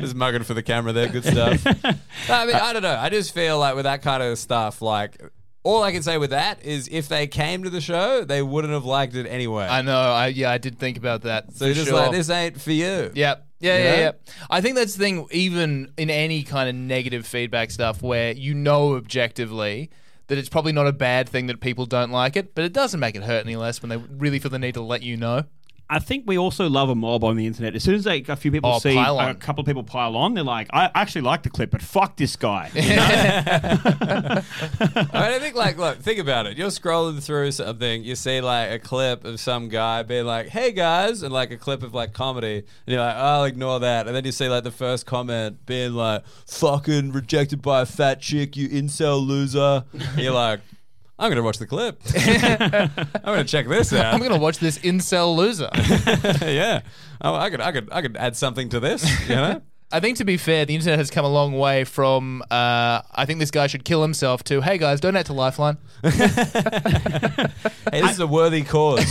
Speaker 5: Just mugging for the camera there. Good <laughs> stuff. I mean, I don't know. I just feel like with that kind of stuff, like all I can say with that is if they came to the show, they wouldn't have liked it anyway.
Speaker 3: I know. I yeah, I did think about that.
Speaker 5: so you're just like, this ain't for you.
Speaker 3: Yep. Yeah, yeah,
Speaker 5: know?
Speaker 3: yeah, I think that's the thing, even in any kind of negative feedback stuff where you know objectively that it's probably not a bad thing that people don't like it, but it doesn't make it hurt any less when they really feel the need to let you know. <laughs>
Speaker 4: I think we also love a mob on the internet. As soon as they, a few people
Speaker 3: Oh,
Speaker 4: see
Speaker 3: pile on.
Speaker 4: a couple of people pile on, they're like, "I actually like the clip, but fuck this guy." You know?
Speaker 5: I mean, I think like, look, think about it. You're scrolling through something, you see like a clip of some guy being like, "Hey guys," and like a clip of like comedy, and you're like, "I'll ignore that," and then you see like the first comment being like, "Fucking rejected by a fat chick, you incel loser." And you're like, "I'm gonna watch the clip. I'm gonna check this
Speaker 3: I'm
Speaker 5: out.
Speaker 3: going to watch this incel loser.
Speaker 5: <laughs> yeah, I, I could, I could, I could add something to this. You know."
Speaker 3: I think to be fair, the internet has come a long way from uh, I think this guy should kill himself to hey guys, donate to Lifeline.
Speaker 5: Hey, this is a worthy cause.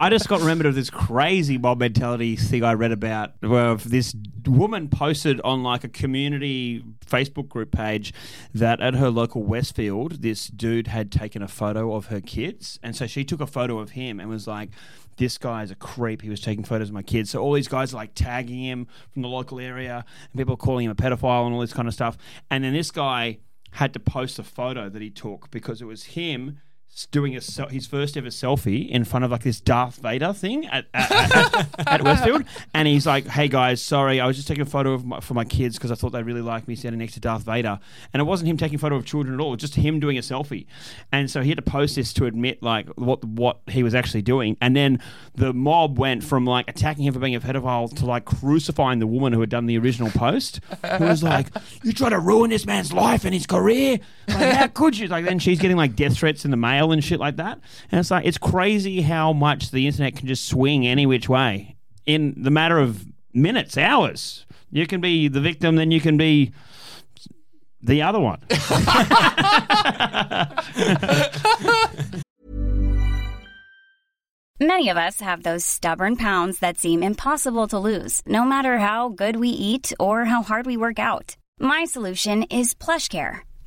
Speaker 4: I just got remembered of this crazy mob mentality thing I read about where this woman posted on like a community Facebook group page that at her local Westfield, this dude had taken a photo of her kids. And so she took a photo of him and was like, this guy is a creep. He was taking photos of my kids. So all these guys are like tagging him from the local area, and people are calling him a pedophile and all this kind of stuff. And then this guy had to post a photo that he took because it was him s- doing a sel- his first ever selfie in front of like this Darth Vader thing at, at, at, at Westfield, and he's like, "Hey guys, sorry, I was just taking a photo of my, for my kids because I thought they really liked me standing next to Darth Vader." And it wasn't him taking a photo of children at all; it was just him doing a selfie. And so he had to post this to admit like what what he was actually doing. And then the mob went from like attacking him for being a pedophile to like crucifying the woman who had done the original post, who was like, "You try to ruin this man's life and his career. Like, how could you?" Like then she's getting like death threats in the mail and shit like that. And it's like it's crazy how much the internet can just swing any which way in the matter of minutes, hours. You can be the victim, then you can be the other one.
Speaker 6: Many of us have those stubborn pounds that seem impossible to lose, no matter how good we eat or how hard we work out. My solution is PlushCare.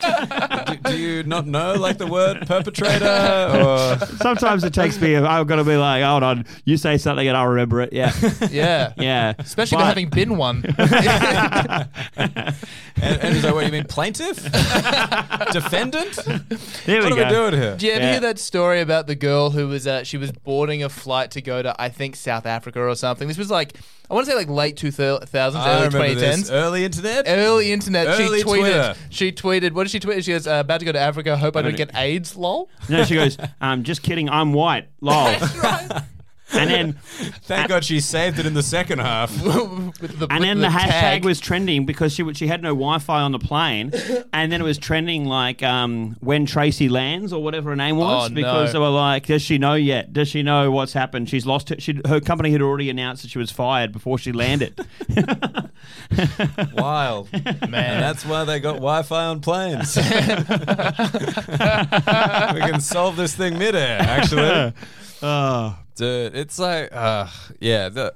Speaker 5: do, do you not know like the word perpetrator? Or
Speaker 4: Sometimes it takes me. I've got to be like, hold on. You say something and I'll remember it. Yeah,
Speaker 3: <laughs> Yeah.
Speaker 4: yeah.
Speaker 3: Especially for
Speaker 4: But-
Speaker 3: having been <laughs> one.
Speaker 5: and, and he's like, what do you mean, plaintiff, defendant?
Speaker 4: There we
Speaker 5: What are
Speaker 4: go.
Speaker 5: we doing here?
Speaker 3: Do you ever
Speaker 4: Yeah.
Speaker 3: hear that story about the girl who was uh, she was boarding a flight to go to I think South Africa or something? This was like I want to say like late two thousands,
Speaker 5: I
Speaker 3: early
Speaker 5: remember
Speaker 3: twenty
Speaker 5: this.
Speaker 3: tens.
Speaker 5: Early internet.
Speaker 3: Early internet.
Speaker 5: Early
Speaker 3: she tweeted.
Speaker 5: Twitter.
Speaker 3: She tweeted. What did she tweet? She goes, uh, "About to go to Africa. Hope I don't get AIDS." Lol. <laughs>
Speaker 4: No, she goes, um, just kidding. I'm white. Lol. And then,
Speaker 5: Thank God she saved it in the second
Speaker 3: <laughs>
Speaker 5: half.
Speaker 3: With the,
Speaker 4: and
Speaker 3: with
Speaker 4: then the, hashtag
Speaker 3: tag.
Speaker 4: was trending because she she had no Wi-Fi on the plane, and then it was trending like um, when Tracy lands or whatever her name was
Speaker 3: Oh,
Speaker 4: because
Speaker 3: no.
Speaker 4: they were like, does she know yet? Does she know what's happened? She's lost. Her, she, her company had already announced that she was fired before she landed.
Speaker 5: Wild. Man, that's why they got Wi Fi on
Speaker 3: <laughs>
Speaker 5: planes. <laughs> we can solve this thing midair,
Speaker 4: <laughs>
Speaker 5: actually.
Speaker 4: Ah.
Speaker 5: Dude, it's like, uh, yeah, the.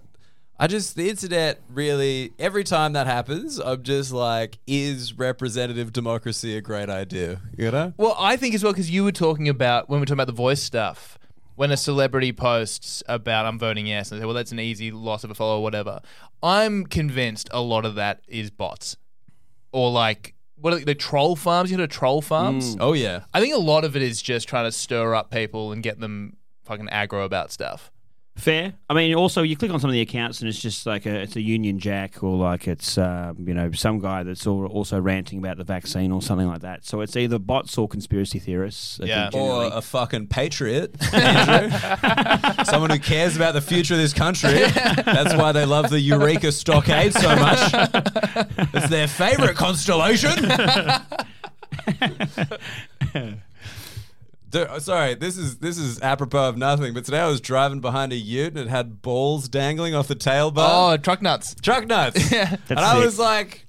Speaker 5: I just the internet really every time that happens I'm just like is representative democracy a great idea you know
Speaker 3: Well, I think as well because you were talking about when we were talking about the voice stuff. When a celebrity posts about I'm voting yes, and they say, well, that's an easy loss of a follower, or whatever. I'm convinced a lot of that is bots, or like what are they, the troll farms? You know, troll farms.
Speaker 5: oh yeah
Speaker 3: I think a lot of it is just trying to stir up people and get them fucking aggro about stuff.
Speaker 4: Fair. I mean, also you click on some of the accounts and it's just like a, it's a Union Jack or like it's um, you know some guy that's al- also ranting about the vaccine or something like that. So it's either bots or conspiracy theorists. I
Speaker 3: Yeah.
Speaker 5: or
Speaker 4: think,
Speaker 5: uh,
Speaker 4: generally.
Speaker 5: a fucking patriot <laughs> Andrew. someone who cares about the future of this country that's why they love the Eureka Stockade so much it's their favorite constellation Dude, oh, sorry, this is this is apropos of nothing. But today I was driving behind a Ute and it had balls dangling off the tailbar.
Speaker 3: Oh, truck nuts.
Speaker 5: truck nuts! and I
Speaker 4: sick.
Speaker 5: was like,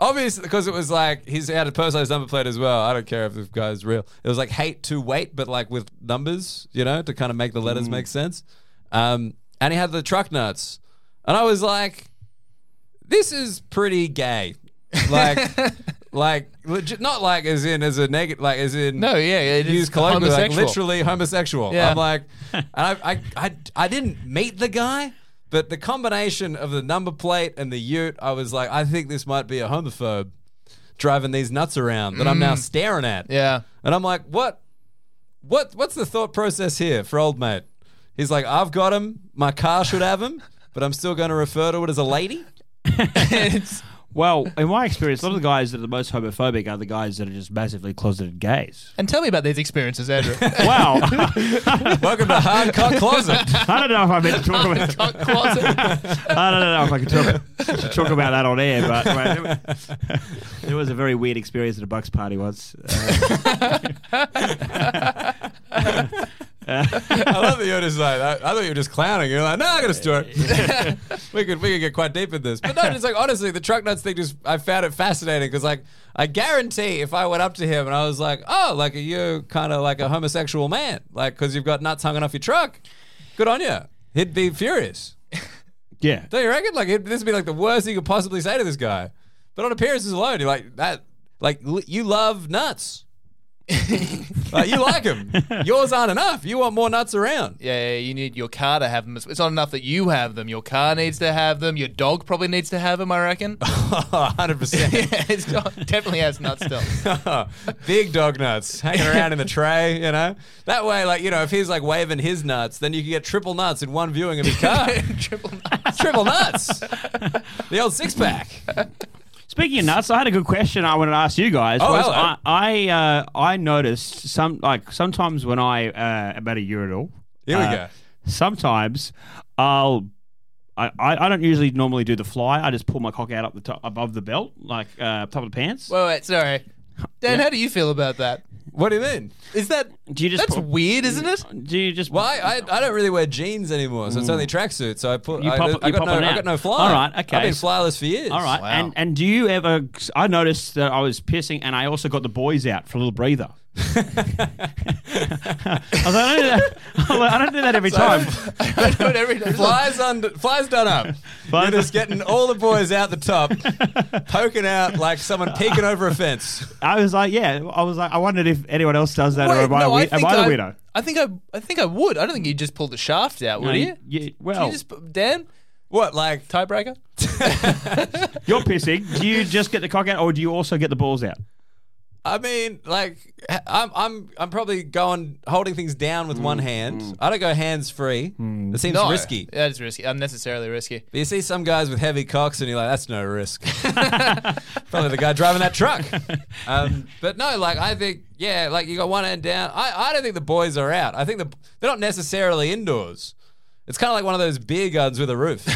Speaker 5: obviously, because it was like he's had a personalized number plate as well. I don't care if the guy's real. It was like hate to wait, but like with numbers, you know, to kind of make the letters make sense. Um, and he had the truck nuts, and I was like, this is pretty gay, like. Like legit, not like as in as a negative, like as in
Speaker 3: No, yeah, it is
Speaker 5: used colloquially, like
Speaker 3: homosexual.
Speaker 5: literally homosexual.
Speaker 3: Yeah.
Speaker 5: I'm like, and I, I, I, I didn't meet the guy, but the combination of the number plate and the Ute, I was like, I think this might be a homophobe driving these nuts around that I'm now staring at.
Speaker 3: Mm. Yeah.
Speaker 5: And I'm like, what, what, what's the thought process here for old mate? He's like, I've got him. My car should have him, but I'm still going to refer to it as a lady.
Speaker 3: It's-
Speaker 4: Well, in my experience, a lot of the guys that are the most homophobic are the guys that are just massively
Speaker 3: <laughs>
Speaker 4: closeted gays.
Speaker 3: And tell me about these experiences,
Speaker 5: <laughs>
Speaker 3: Andrew.
Speaker 4: <laughs> Wow.
Speaker 5: Welcome to Hardcock Closet.
Speaker 4: I don't know if I meant to talk about.
Speaker 3: Cock closet.
Speaker 4: I don't know if I can talk, should talk about that on air, but anyway, there, was, there was <laughs> a very weird experience at a Bucks party once. Uh,
Speaker 5: <laughs> I love that you're just like, I, I thought you were just clowning. You're like, no, I got a story. <laughs> we could we could get quite deep in this, but no, it's like honestly, the truck nuts thing just I found it fascinating because like I guarantee if I went up to him and I was like, oh, like are you kind of like a homosexual man, like because you've got nuts hanging off your truck, good on you. He'd be furious.
Speaker 4: yeah,
Speaker 5: Don't you reckon? Like it, this would be like the worst thing you could possibly say to this guy. But on appearances alone, you're like that. Like l- you love nuts. <laughs> like you like them. Yours aren't enough. You want more nuts around.
Speaker 3: Yeah, yeah, you need your car to have them. It's not enough that you have them. Your car needs to have them. Your dog probably needs to have them, I
Speaker 4: <laughs>
Speaker 3: reckon.
Speaker 4: Oh,
Speaker 5: Hundred percent.
Speaker 3: <laughs> yeah, it's got, definitely has nuts
Speaker 4: <laughs>
Speaker 3: still.
Speaker 5: <laughs> Big dog nuts hanging around in the tray, you know. That way, like you know, if he's like waving his nuts, then you can get triple nuts in one viewing of his
Speaker 4: <laughs>
Speaker 5: car.
Speaker 3: Triple nuts.
Speaker 5: triple nuts. The old six pack.
Speaker 4: Speaking of nuts, I had a good question I wanted to ask you guys.
Speaker 5: Oh,
Speaker 4: was
Speaker 5: hello.
Speaker 4: I I, uh, I noticed some like sometimes when I uh, am at a urinal.
Speaker 5: Here we
Speaker 4: uh,
Speaker 5: go.
Speaker 4: Sometimes I'll. I, I I don't usually normally do the fly. I just pull my cock out up the top above the belt, like uh, top of the pants.
Speaker 3: Wait, wait, sorry. Dan, how do you feel about
Speaker 4: <laughs>
Speaker 3: that? <laughs>
Speaker 5: What do you mean?
Speaker 3: Is that
Speaker 4: do you just
Speaker 3: that's
Speaker 4: pull-
Speaker 3: weird, isn't it?
Speaker 4: Do you just
Speaker 5: Well, I, I, I don't really wear jeans anymore, so it's only tracksuit. So I put
Speaker 4: Mm. You
Speaker 5: I,
Speaker 4: pop-
Speaker 5: I
Speaker 4: you
Speaker 5: got
Speaker 4: pop
Speaker 5: no
Speaker 4: it
Speaker 5: I
Speaker 4: out.
Speaker 5: got no fly.
Speaker 4: All right, okay.
Speaker 5: I've been flyless for years. <laughs>
Speaker 4: All right, and and do you ever? I noticed that I was pissing, and I also got the boys out for a
Speaker 5: <laughs>
Speaker 4: little breather. <laughs> I, was like, I, don't do that. I was like, I don't do
Speaker 5: <laughs>
Speaker 4: that every time.
Speaker 3: I do it every
Speaker 4: <laughs>
Speaker 3: day.
Speaker 5: Flies under, flies done up.
Speaker 4: Flies
Speaker 5: You're just getting all the boys out the top, poking out like someone peeking over a fence.
Speaker 4: I was like, yeah, I was like, I wondered if anyone else does that, or
Speaker 3: Wait,
Speaker 4: am I,
Speaker 3: no,
Speaker 4: a
Speaker 3: I
Speaker 4: we- am
Speaker 3: think
Speaker 4: I the
Speaker 3: I-
Speaker 4: weirdo?
Speaker 3: I think I, I think I would. I don't think you'd just pull the shaft out, would
Speaker 4: No,
Speaker 3: you?
Speaker 4: you- you-
Speaker 3: Do
Speaker 4: Um, well,
Speaker 3: you just, Dan,
Speaker 5: What like?
Speaker 3: tiebreaker.
Speaker 4: you're pissing. Do you just get the cock out, or do you also get the balls out?
Speaker 5: I mean, like I'm I'm I'm probably going holding things down with one hand. I don't go hands free. It seems
Speaker 3: No,
Speaker 5: risky.
Speaker 3: That is risky, unnecessarily risky.
Speaker 5: But you see some guys with heavy cocks, and you're like, that's no risk. <laughs> Probably the guy driving that truck. Um, but no, like I think, yeah, like you got one hand down. I, I don't think the boys are out. I think the, they're not necessarily indoors. It's kind of like one of those beer guns with a roof.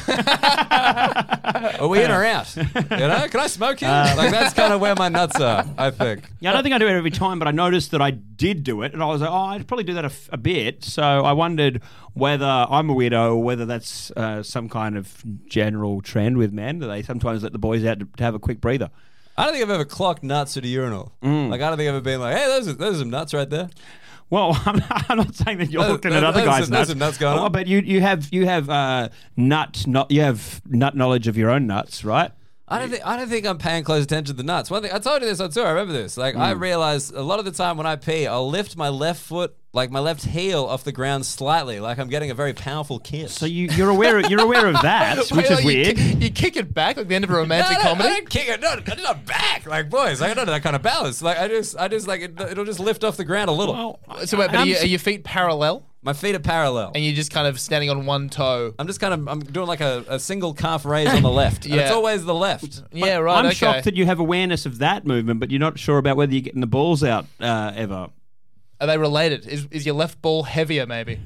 Speaker 5: are we in or out? You know, can I smoke here? like that's kind of where my nuts are. I think.
Speaker 4: Yeah, I don't think I do it every time, but I noticed that I did do it, and I was like, oh, I'd probably do that a, f- a bit. So I wondered whether I'm a weirdo or whether that's uh, some kind of general trend with men that they sometimes let the boys out to, to have a quick breather.
Speaker 5: I don't think I've ever clocked nuts at a urinal. Like I don't think I've ever been like, hey, those are, those are some nuts right there.
Speaker 4: Well, <laughs> I'm, I'm not saying that you're
Speaker 5: There's-
Speaker 4: looking
Speaker 5: there's-
Speaker 4: at other
Speaker 5: there's
Speaker 4: guys'
Speaker 5: some- there's
Speaker 4: nuts,
Speaker 5: some nuts going
Speaker 4: Oh,
Speaker 5: on.
Speaker 4: but you you have you have uh, nut not you have nut knowledge of your own nuts, right?
Speaker 5: I don't think I don't think I'm paying close attention to the nuts. One thing I told you this on tour. I remember this. Like I realized a lot of the time when I pee, I'll lift my left foot, like my left heel, off the ground slightly, like I'm getting a very powerful kiss.
Speaker 4: So you you're aware of, you're aware of that,
Speaker 3: <laughs>
Speaker 4: which
Speaker 3: Wait,
Speaker 4: is
Speaker 3: like,
Speaker 4: weird.
Speaker 3: You kick, you kick it back like the end of a
Speaker 5: No,
Speaker 4: <laughs>
Speaker 3: romantic
Speaker 5: no, <laughs>
Speaker 3: comedy.
Speaker 5: I don't kick it. No, I'm not back. Like boys, like, I don't have that kind of balance. Like I just, I just like it, it'll just lift off the ground a little.
Speaker 4: Well,
Speaker 3: So wait, but are,
Speaker 4: I'm
Speaker 3: you,
Speaker 4: s-
Speaker 3: are your feet parallel
Speaker 5: my feet are parallel.
Speaker 3: and you're just kind of standing on one toe?
Speaker 5: I'm just kind of, I'm doing like a, a single calf raise on the left. And
Speaker 3: Yeah.
Speaker 5: it's always the left.
Speaker 3: yeah, right.
Speaker 4: I'm
Speaker 3: okay.
Speaker 4: shocked that you have awareness of that movement, but you're not sure about whether you're getting the balls out uh, ever.
Speaker 3: Are they related? Is, is your left ball heavier? Maybe.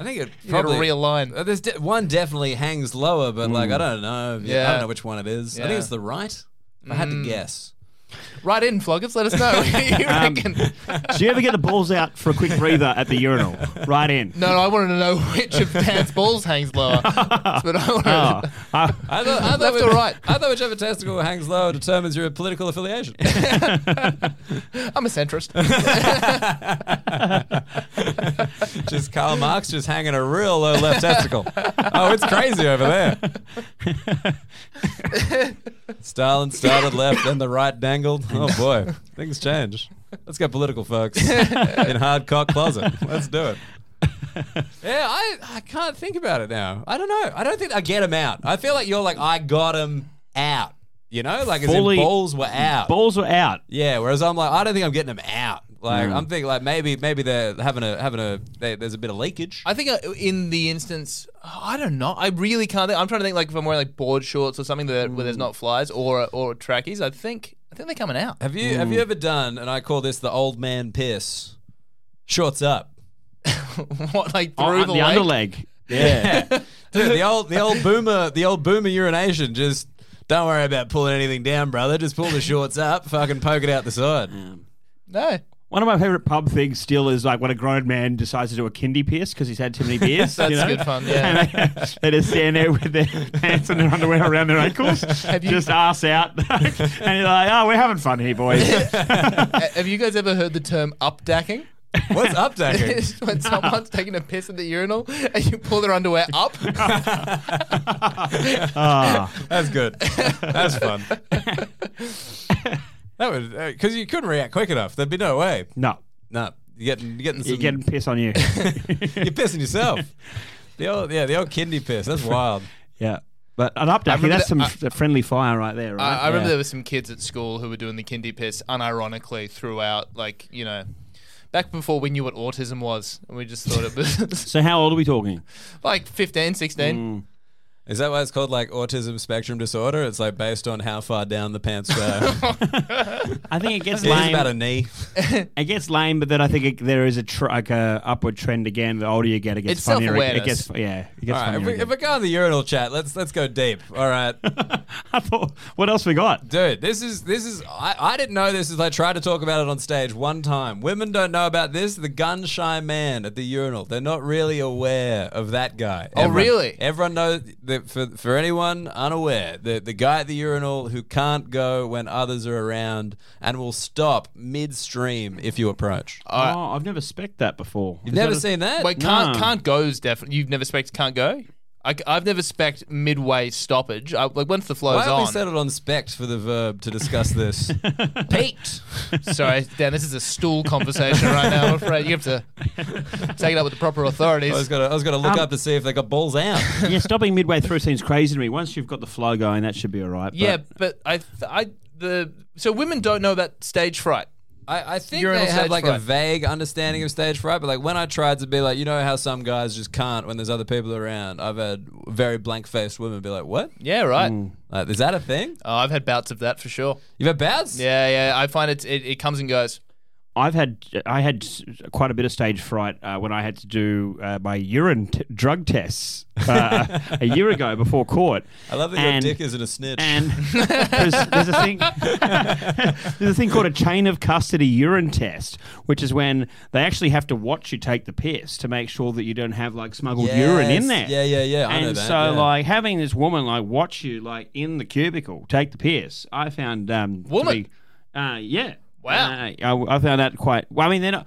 Speaker 5: I think it
Speaker 3: gotta
Speaker 5: probably
Speaker 3: realign.
Speaker 5: Uh, There's de- one definitely hangs lower, but like I don't know. if- I
Speaker 3: Mm. Yeah.
Speaker 5: don't know which one it is. I
Speaker 3: Yeah. Mm.
Speaker 5: think it's the right. If I had to guess.
Speaker 3: Right in, floggers. Let us know. <laughs> you reckon?
Speaker 4: Do you ever get the balls out for a quick breather at the urinal? Right in.
Speaker 3: no, no, I wanted to know which of <laughs> Dan's balls hangs lower. but I wanted
Speaker 4: Oh, uh,
Speaker 5: I
Speaker 3: <laughs>
Speaker 5: thought, I thought
Speaker 3: Left or
Speaker 5: which-
Speaker 3: right?
Speaker 5: I thought whichever testicle hangs lower determines your political
Speaker 3: <laughs>
Speaker 5: affiliation.
Speaker 3: I'm a centrist.
Speaker 5: <laughs> just Karl Marx just hanging a real low left testicle. Oh, it's crazy over there. <laughs> Stalin started left, then the right dangled. <laughs> Oh boy, things change. Let's get political, folks. In hard cock closet. Let's do it. Yeah, I, I can't think about it now. I don't know. I don't think I get him out. I feel like you're like I got him out. You know, like his
Speaker 4: Fully-
Speaker 5: balls were out.
Speaker 4: balls were out.
Speaker 5: Yeah, whereas I'm like, I don't think I'm getting them out. Like
Speaker 4: Hmm.
Speaker 5: I'm thinking, like maybe maybe they're having a having a they, there's a bit of leakage.
Speaker 3: I think uh, in the instance, I don't know. I really can't think. I'm trying to think like if I'm wearing like board shorts or something that, where there's not flies or or trackies. I think I think they're coming out. <laughs>
Speaker 5: Have you
Speaker 4: Hmm.
Speaker 5: have you ever done? And I call this the old man piss. Shorts up,
Speaker 3: what like through
Speaker 4: Oh,
Speaker 3: the,
Speaker 4: the
Speaker 3: leg?
Speaker 4: underleg. Yeah.
Speaker 5: <laughs> dude. The old the old boomer the old boomer urination. Just don't worry about pulling anything down, brother. Just pull the shorts up, fucking poke it out the side.
Speaker 4: Hmm.
Speaker 3: <laughs> No.
Speaker 4: One of my favorite pub things still is like when a grown man decides to do a kindy piss because he's had
Speaker 3: <laughs>
Speaker 4: too many beers.
Speaker 3: That's
Speaker 4: you know?
Speaker 3: good fun, yeah.
Speaker 4: And they, they just stand there with their pants and their underwear around their ankles, just ass out, <laughs> and you're like, "Oh, we're having fun here, boys."
Speaker 3: <laughs> A- Have you guys ever heard the term updacking?
Speaker 5: What's up, Dagger?
Speaker 4: <laughs>
Speaker 3: It's <laughs> when
Speaker 5: <laughs>
Speaker 3: someone's taking a piss at the urinal and you pull their underwear up.
Speaker 4: Ah.
Speaker 5: That's good. That's
Speaker 4: <laughs>
Speaker 5: fun. that would because you couldn't react quick enough. There'd be no way.
Speaker 4: no,
Speaker 5: No, you're getting you're getting some,
Speaker 4: you're getting piss
Speaker 3: <laughs>
Speaker 4: on you.
Speaker 5: you're pissing yourself. the old yeah, the old kindy piss. That's wild.
Speaker 4: yeah, but an update.
Speaker 3: remember
Speaker 4: That's some
Speaker 3: that-
Speaker 4: f- friendly fire right there, right?
Speaker 3: I, I remember
Speaker 4: Yeah.
Speaker 3: there were some kids at school who were doing the kindy piss unironically throughout, like, you know, back before we knew what autism was. And we just thought it was <laughs>
Speaker 4: So, how old are we talking?
Speaker 3: like 15, 16.
Speaker 5: Is that why it's called like autism spectrum disorder? It's like based on how far down the pants go.
Speaker 4: I think it
Speaker 3: <laughs>
Speaker 4: gets
Speaker 5: It's about a
Speaker 4: lame.
Speaker 5: knee.
Speaker 4: It gets lame, but then I think it, there is a tr- like a upward trend again. The older you get, it gets
Speaker 3: It's
Speaker 4: funnier. It-
Speaker 3: self-awareness.
Speaker 4: It gets yeah, it gets
Speaker 5: All right,
Speaker 4: funnier.
Speaker 5: if we,
Speaker 4: again.
Speaker 5: if we go on the urinal chat, let's let's go deep. All right,
Speaker 4: <laughs> I thought, what else we got?
Speaker 5: dude, this is this is I, I didn't know this as I tried to talk about it on stage one time. Women don't know about this. The gun shy man at the urinal. They're not really aware of that guy.
Speaker 3: Oh, really?
Speaker 5: Everyone knows that for for anyone unaware, the the guy at the urinal who can't go when others are around and will stop midstream if you approach.
Speaker 4: oh, I've never spec that before.
Speaker 5: You've never seen that?
Speaker 3: Wait, can't,
Speaker 4: No.
Speaker 3: can't go's definitely. You've never spec can't go? I, have never spec midway stoppage. I, like, once the
Speaker 5: Why
Speaker 3: flow's
Speaker 5: have we
Speaker 3: on. <laughs>
Speaker 5: settled on spect for the verb to discuss this? Pete.
Speaker 3: Sorry, Dan, this is a stool conversation right now, I'm afraid. You
Speaker 5: <laughs>
Speaker 3: have to take it up with the proper authorities.
Speaker 5: I was gonna I was gonna look up to see if they got balls out.
Speaker 4: <laughs> yeah,
Speaker 5: <laughs>
Speaker 4: stopping midway through seems crazy to me. Once you've got the flow going, that should be all right.
Speaker 3: Yeah, but I, th- I, the so women don't know about stage fright.
Speaker 5: I, I think
Speaker 3: Urinal
Speaker 5: they have
Speaker 3: stage
Speaker 5: like a
Speaker 3: fright.
Speaker 5: vague understanding of stage fright, but like when I tried to be like, you know how some guys just can't when there's other people around. I've had very blank faced women be like, "What?
Speaker 3: Yeah, right.
Speaker 5: Like, is that a thing?
Speaker 3: Oh, I've had bouts of that for sure.
Speaker 5: You've had bouts?
Speaker 3: Yeah, yeah. I find it it, it comes and goes.
Speaker 4: I've had I had s- quite a bit of stage fright uh, when I had to do uh, my urine t- drug tests uh, <laughs> a year ago before court.
Speaker 5: I love that
Speaker 4: And-
Speaker 5: your dick isn't a snitch.
Speaker 4: And there's, there's a thing <laughs> there's a thing called a chain of custody urine test, which is when they actually have to watch you take the piss to make sure that you don't have like smuggled urine in there.
Speaker 5: Yes. Yeah, yeah, yeah. I
Speaker 4: and
Speaker 5: know that.
Speaker 4: so
Speaker 5: yeah.
Speaker 4: like having this woman like watch you like in the cubicle take the piss, I found um to
Speaker 3: Woman?
Speaker 4: be- uh, yeah.
Speaker 3: Wow.
Speaker 4: Uh, I, I found that quite. Well, I mean, they're not.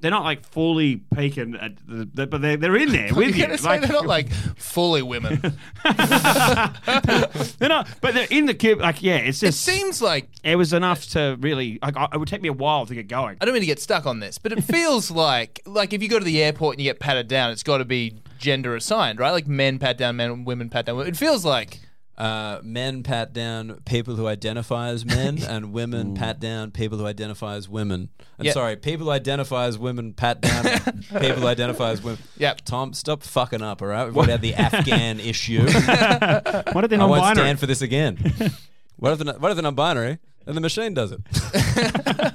Speaker 4: They're not like fully peaking, at the, the, but they're, they're in there with you.
Speaker 3: You're gonna say they're not like fully women.
Speaker 4: <laughs> they're not, but they're in the cube. Like, yeah, it's
Speaker 3: it
Speaker 4: just. It,
Speaker 3: seems like
Speaker 4: was enough to really. Like, I, it would take me a while to get going.
Speaker 3: I don't mean to get stuck on this, but it feels like like if you go to the airport and you get patted down, it's got to be gender assigned, right? Like men pat down men, women pat down. women. It feels like
Speaker 5: uh, men pat down people who identify as <laughs> men, and women pat down people who identify as women. And
Speaker 3: Yeah.
Speaker 5: sorry, people who identify as women pat <laughs> down people who identify as women.
Speaker 3: Yep.
Speaker 5: Tom, stop fucking up. All right, we've already had the <laughs> Afghan issue.
Speaker 4: Why did they
Speaker 5: I
Speaker 4: not
Speaker 5: won't
Speaker 4: binary?
Speaker 5: stand for this
Speaker 3: <laughs>
Speaker 5: again. what if the, what if the non-binary and the machine does it? <laughs>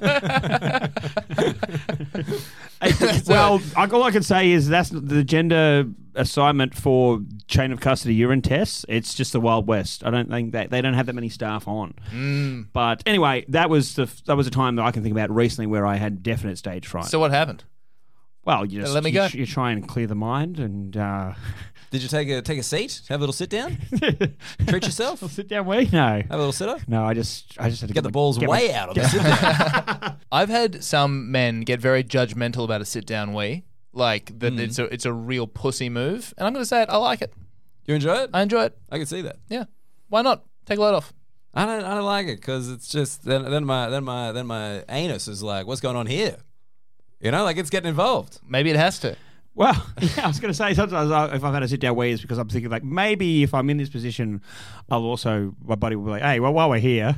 Speaker 4: well, I, all I can say is that's the gender assignment for chain of custody urine tests. It's just the Wild West. I don't think that they don't have that many staff on. But anyway, that was the that was a time that I can think about recently where I had definite stage fright.
Speaker 3: so. What happened?
Speaker 4: well, you just
Speaker 3: let me
Speaker 4: you,
Speaker 3: go.
Speaker 4: tr- you try and clear the mind and uh,
Speaker 5: <laughs>
Speaker 4: <laughs>
Speaker 5: Did you take a take a seat? Have a little sit
Speaker 3: <laughs>
Speaker 5: down? Treat yourself? Have
Speaker 4: sit down where no.
Speaker 5: a little sit up?
Speaker 4: No, I just I just had to
Speaker 5: Uh, Get the balls
Speaker 4: get
Speaker 5: way
Speaker 4: my-
Speaker 5: out of the sit down.
Speaker 3: I've had some men get very judgmental about a sit down wee, like that. It's a it's a real pussy move, and I'm gonna say it. I like it.
Speaker 5: You enjoy it?
Speaker 3: I enjoy it.
Speaker 5: I can see that.
Speaker 3: Yeah. Why not? Take a load off.
Speaker 5: I don't I don't like it because it's just then, then my then my then my anus is like, what's going on here? You know, like it's getting involved.
Speaker 3: Maybe it has <laughs> to.
Speaker 4: Well, <laughs> yeah, I was going to say sometimes I, if I've had a sit down wee, it's because I'm thinking like maybe if I'm in this position, I'll also my buddy will be like, hey, well while we're here,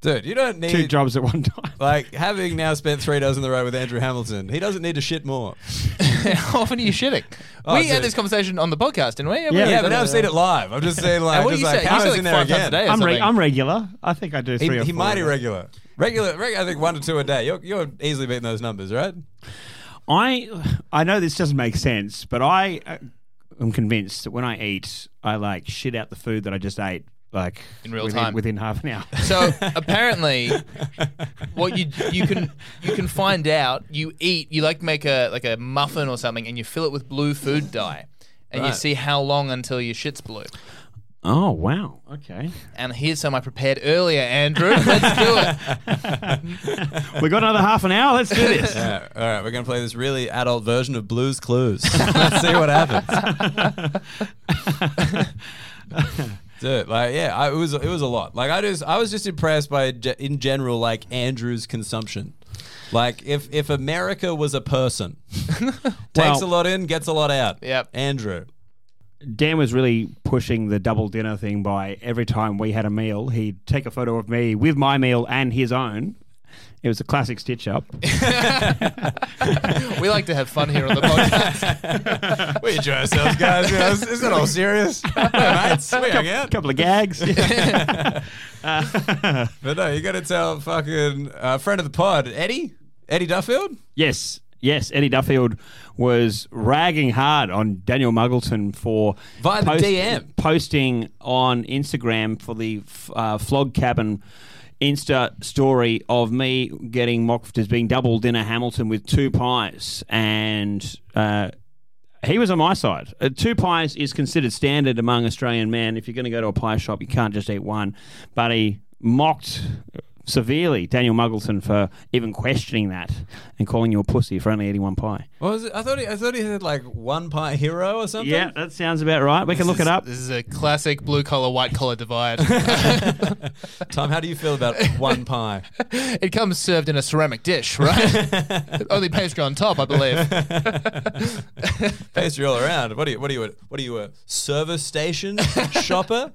Speaker 5: Dude, you don't need
Speaker 4: Two jobs at one time.
Speaker 5: Like having now spent three days in the row with Andrew Hamilton, he doesn't need to shit more.
Speaker 3: How often are you shitting?
Speaker 5: Oh,
Speaker 3: we
Speaker 5: dude.
Speaker 3: had this conversation on the podcast, didn't we?
Speaker 4: Yeah,
Speaker 5: Yeah, but now I've seen it live. I've just seen like,
Speaker 3: uh, And what
Speaker 5: just
Speaker 3: do you
Speaker 5: like
Speaker 3: say? You
Speaker 5: Hamilton's
Speaker 3: say, like,
Speaker 5: in there
Speaker 3: five times a
Speaker 5: again.
Speaker 3: day or
Speaker 4: I'm, re-
Speaker 3: something.
Speaker 4: I'm regular. I think I do three
Speaker 5: He,
Speaker 4: or
Speaker 5: he
Speaker 4: four
Speaker 5: mighty
Speaker 4: a day.
Speaker 5: regular. Regular, reg- I think one to two a day. You're, you're easily beating those numbers,
Speaker 4: <laughs>
Speaker 5: right?
Speaker 4: I I know this doesn't make sense, but I uh, am convinced that when I eat, I like shit out the food that I just ate, like
Speaker 3: In real
Speaker 4: within,
Speaker 3: time.
Speaker 4: within half an hour.
Speaker 3: <laughs> So apparently, what you you can you can find out you eat you like make a like a muffin or something and you fill it with blue food dye, and you
Speaker 5: Right.
Speaker 3: see how long until your shit's blue.
Speaker 4: <laughs> oh wow, okay.
Speaker 3: And here's some I prepared earlier, Andrew. <laughs> Let's do it.
Speaker 4: we got another half an hour. Let's do this.
Speaker 5: Yeah. All right, we're going to play this really adult version of Blues Clues. <laughs> Let's see what
Speaker 4: <laughs>
Speaker 5: happens. Dude, like yeah, I, it was it was a lot. Like I just I was just impressed by ge- in general like Andrew's consumption. Like if if America was a
Speaker 4: <laughs>
Speaker 5: person, takes
Speaker 4: Well-
Speaker 5: a lot in, gets a lot out.
Speaker 3: Yep.
Speaker 5: Andrew.
Speaker 4: Dan was really pushing the double dinner thing by every time we had a meal, he'd take a photo of me with my meal and his own. It was a classic stitch up.
Speaker 3: We like to have fun here on the podcast.
Speaker 5: We enjoy ourselves, guys. You know, it's, it's not all serious. Hey, mates, we hang
Speaker 4: A
Speaker 5: out.
Speaker 4: couple of gags.
Speaker 5: But no, you got to tell fucking uh, friend of the pod, Eddie, Eddie Duffield.
Speaker 4: yes, yes. Eddie Duffield was ragging hard on Daniel Muggleton for
Speaker 5: Via the DM.
Speaker 4: posting on Instagram for the f- uh, flog cabin. Insta story of me getting mocked as being double dinner Hamilton with two pies, and uh, he was on my side. Uh, two pies is considered standard among Australian men. If you're going to go to a pie shop, you can't just eat one. But he mocked severely Daniel Muggleton for even questioning that and calling you a pussy for only eating one pie.
Speaker 5: What was it? I thought he, I thought he had like one pie hero or something.
Speaker 4: Yeah, that sounds about right. We can look it up.
Speaker 3: This is a classic blue collar, white collar <laughs>
Speaker 5: <laughs>
Speaker 3: divide.
Speaker 5: Tom, how do you feel about one pie?
Speaker 3: it comes served in a ceramic dish, right? Only pastry on top, I believe.
Speaker 5: Pastry all around. What are you? What are you? What are you? A service
Speaker 4: <laughs>
Speaker 5: station shopper?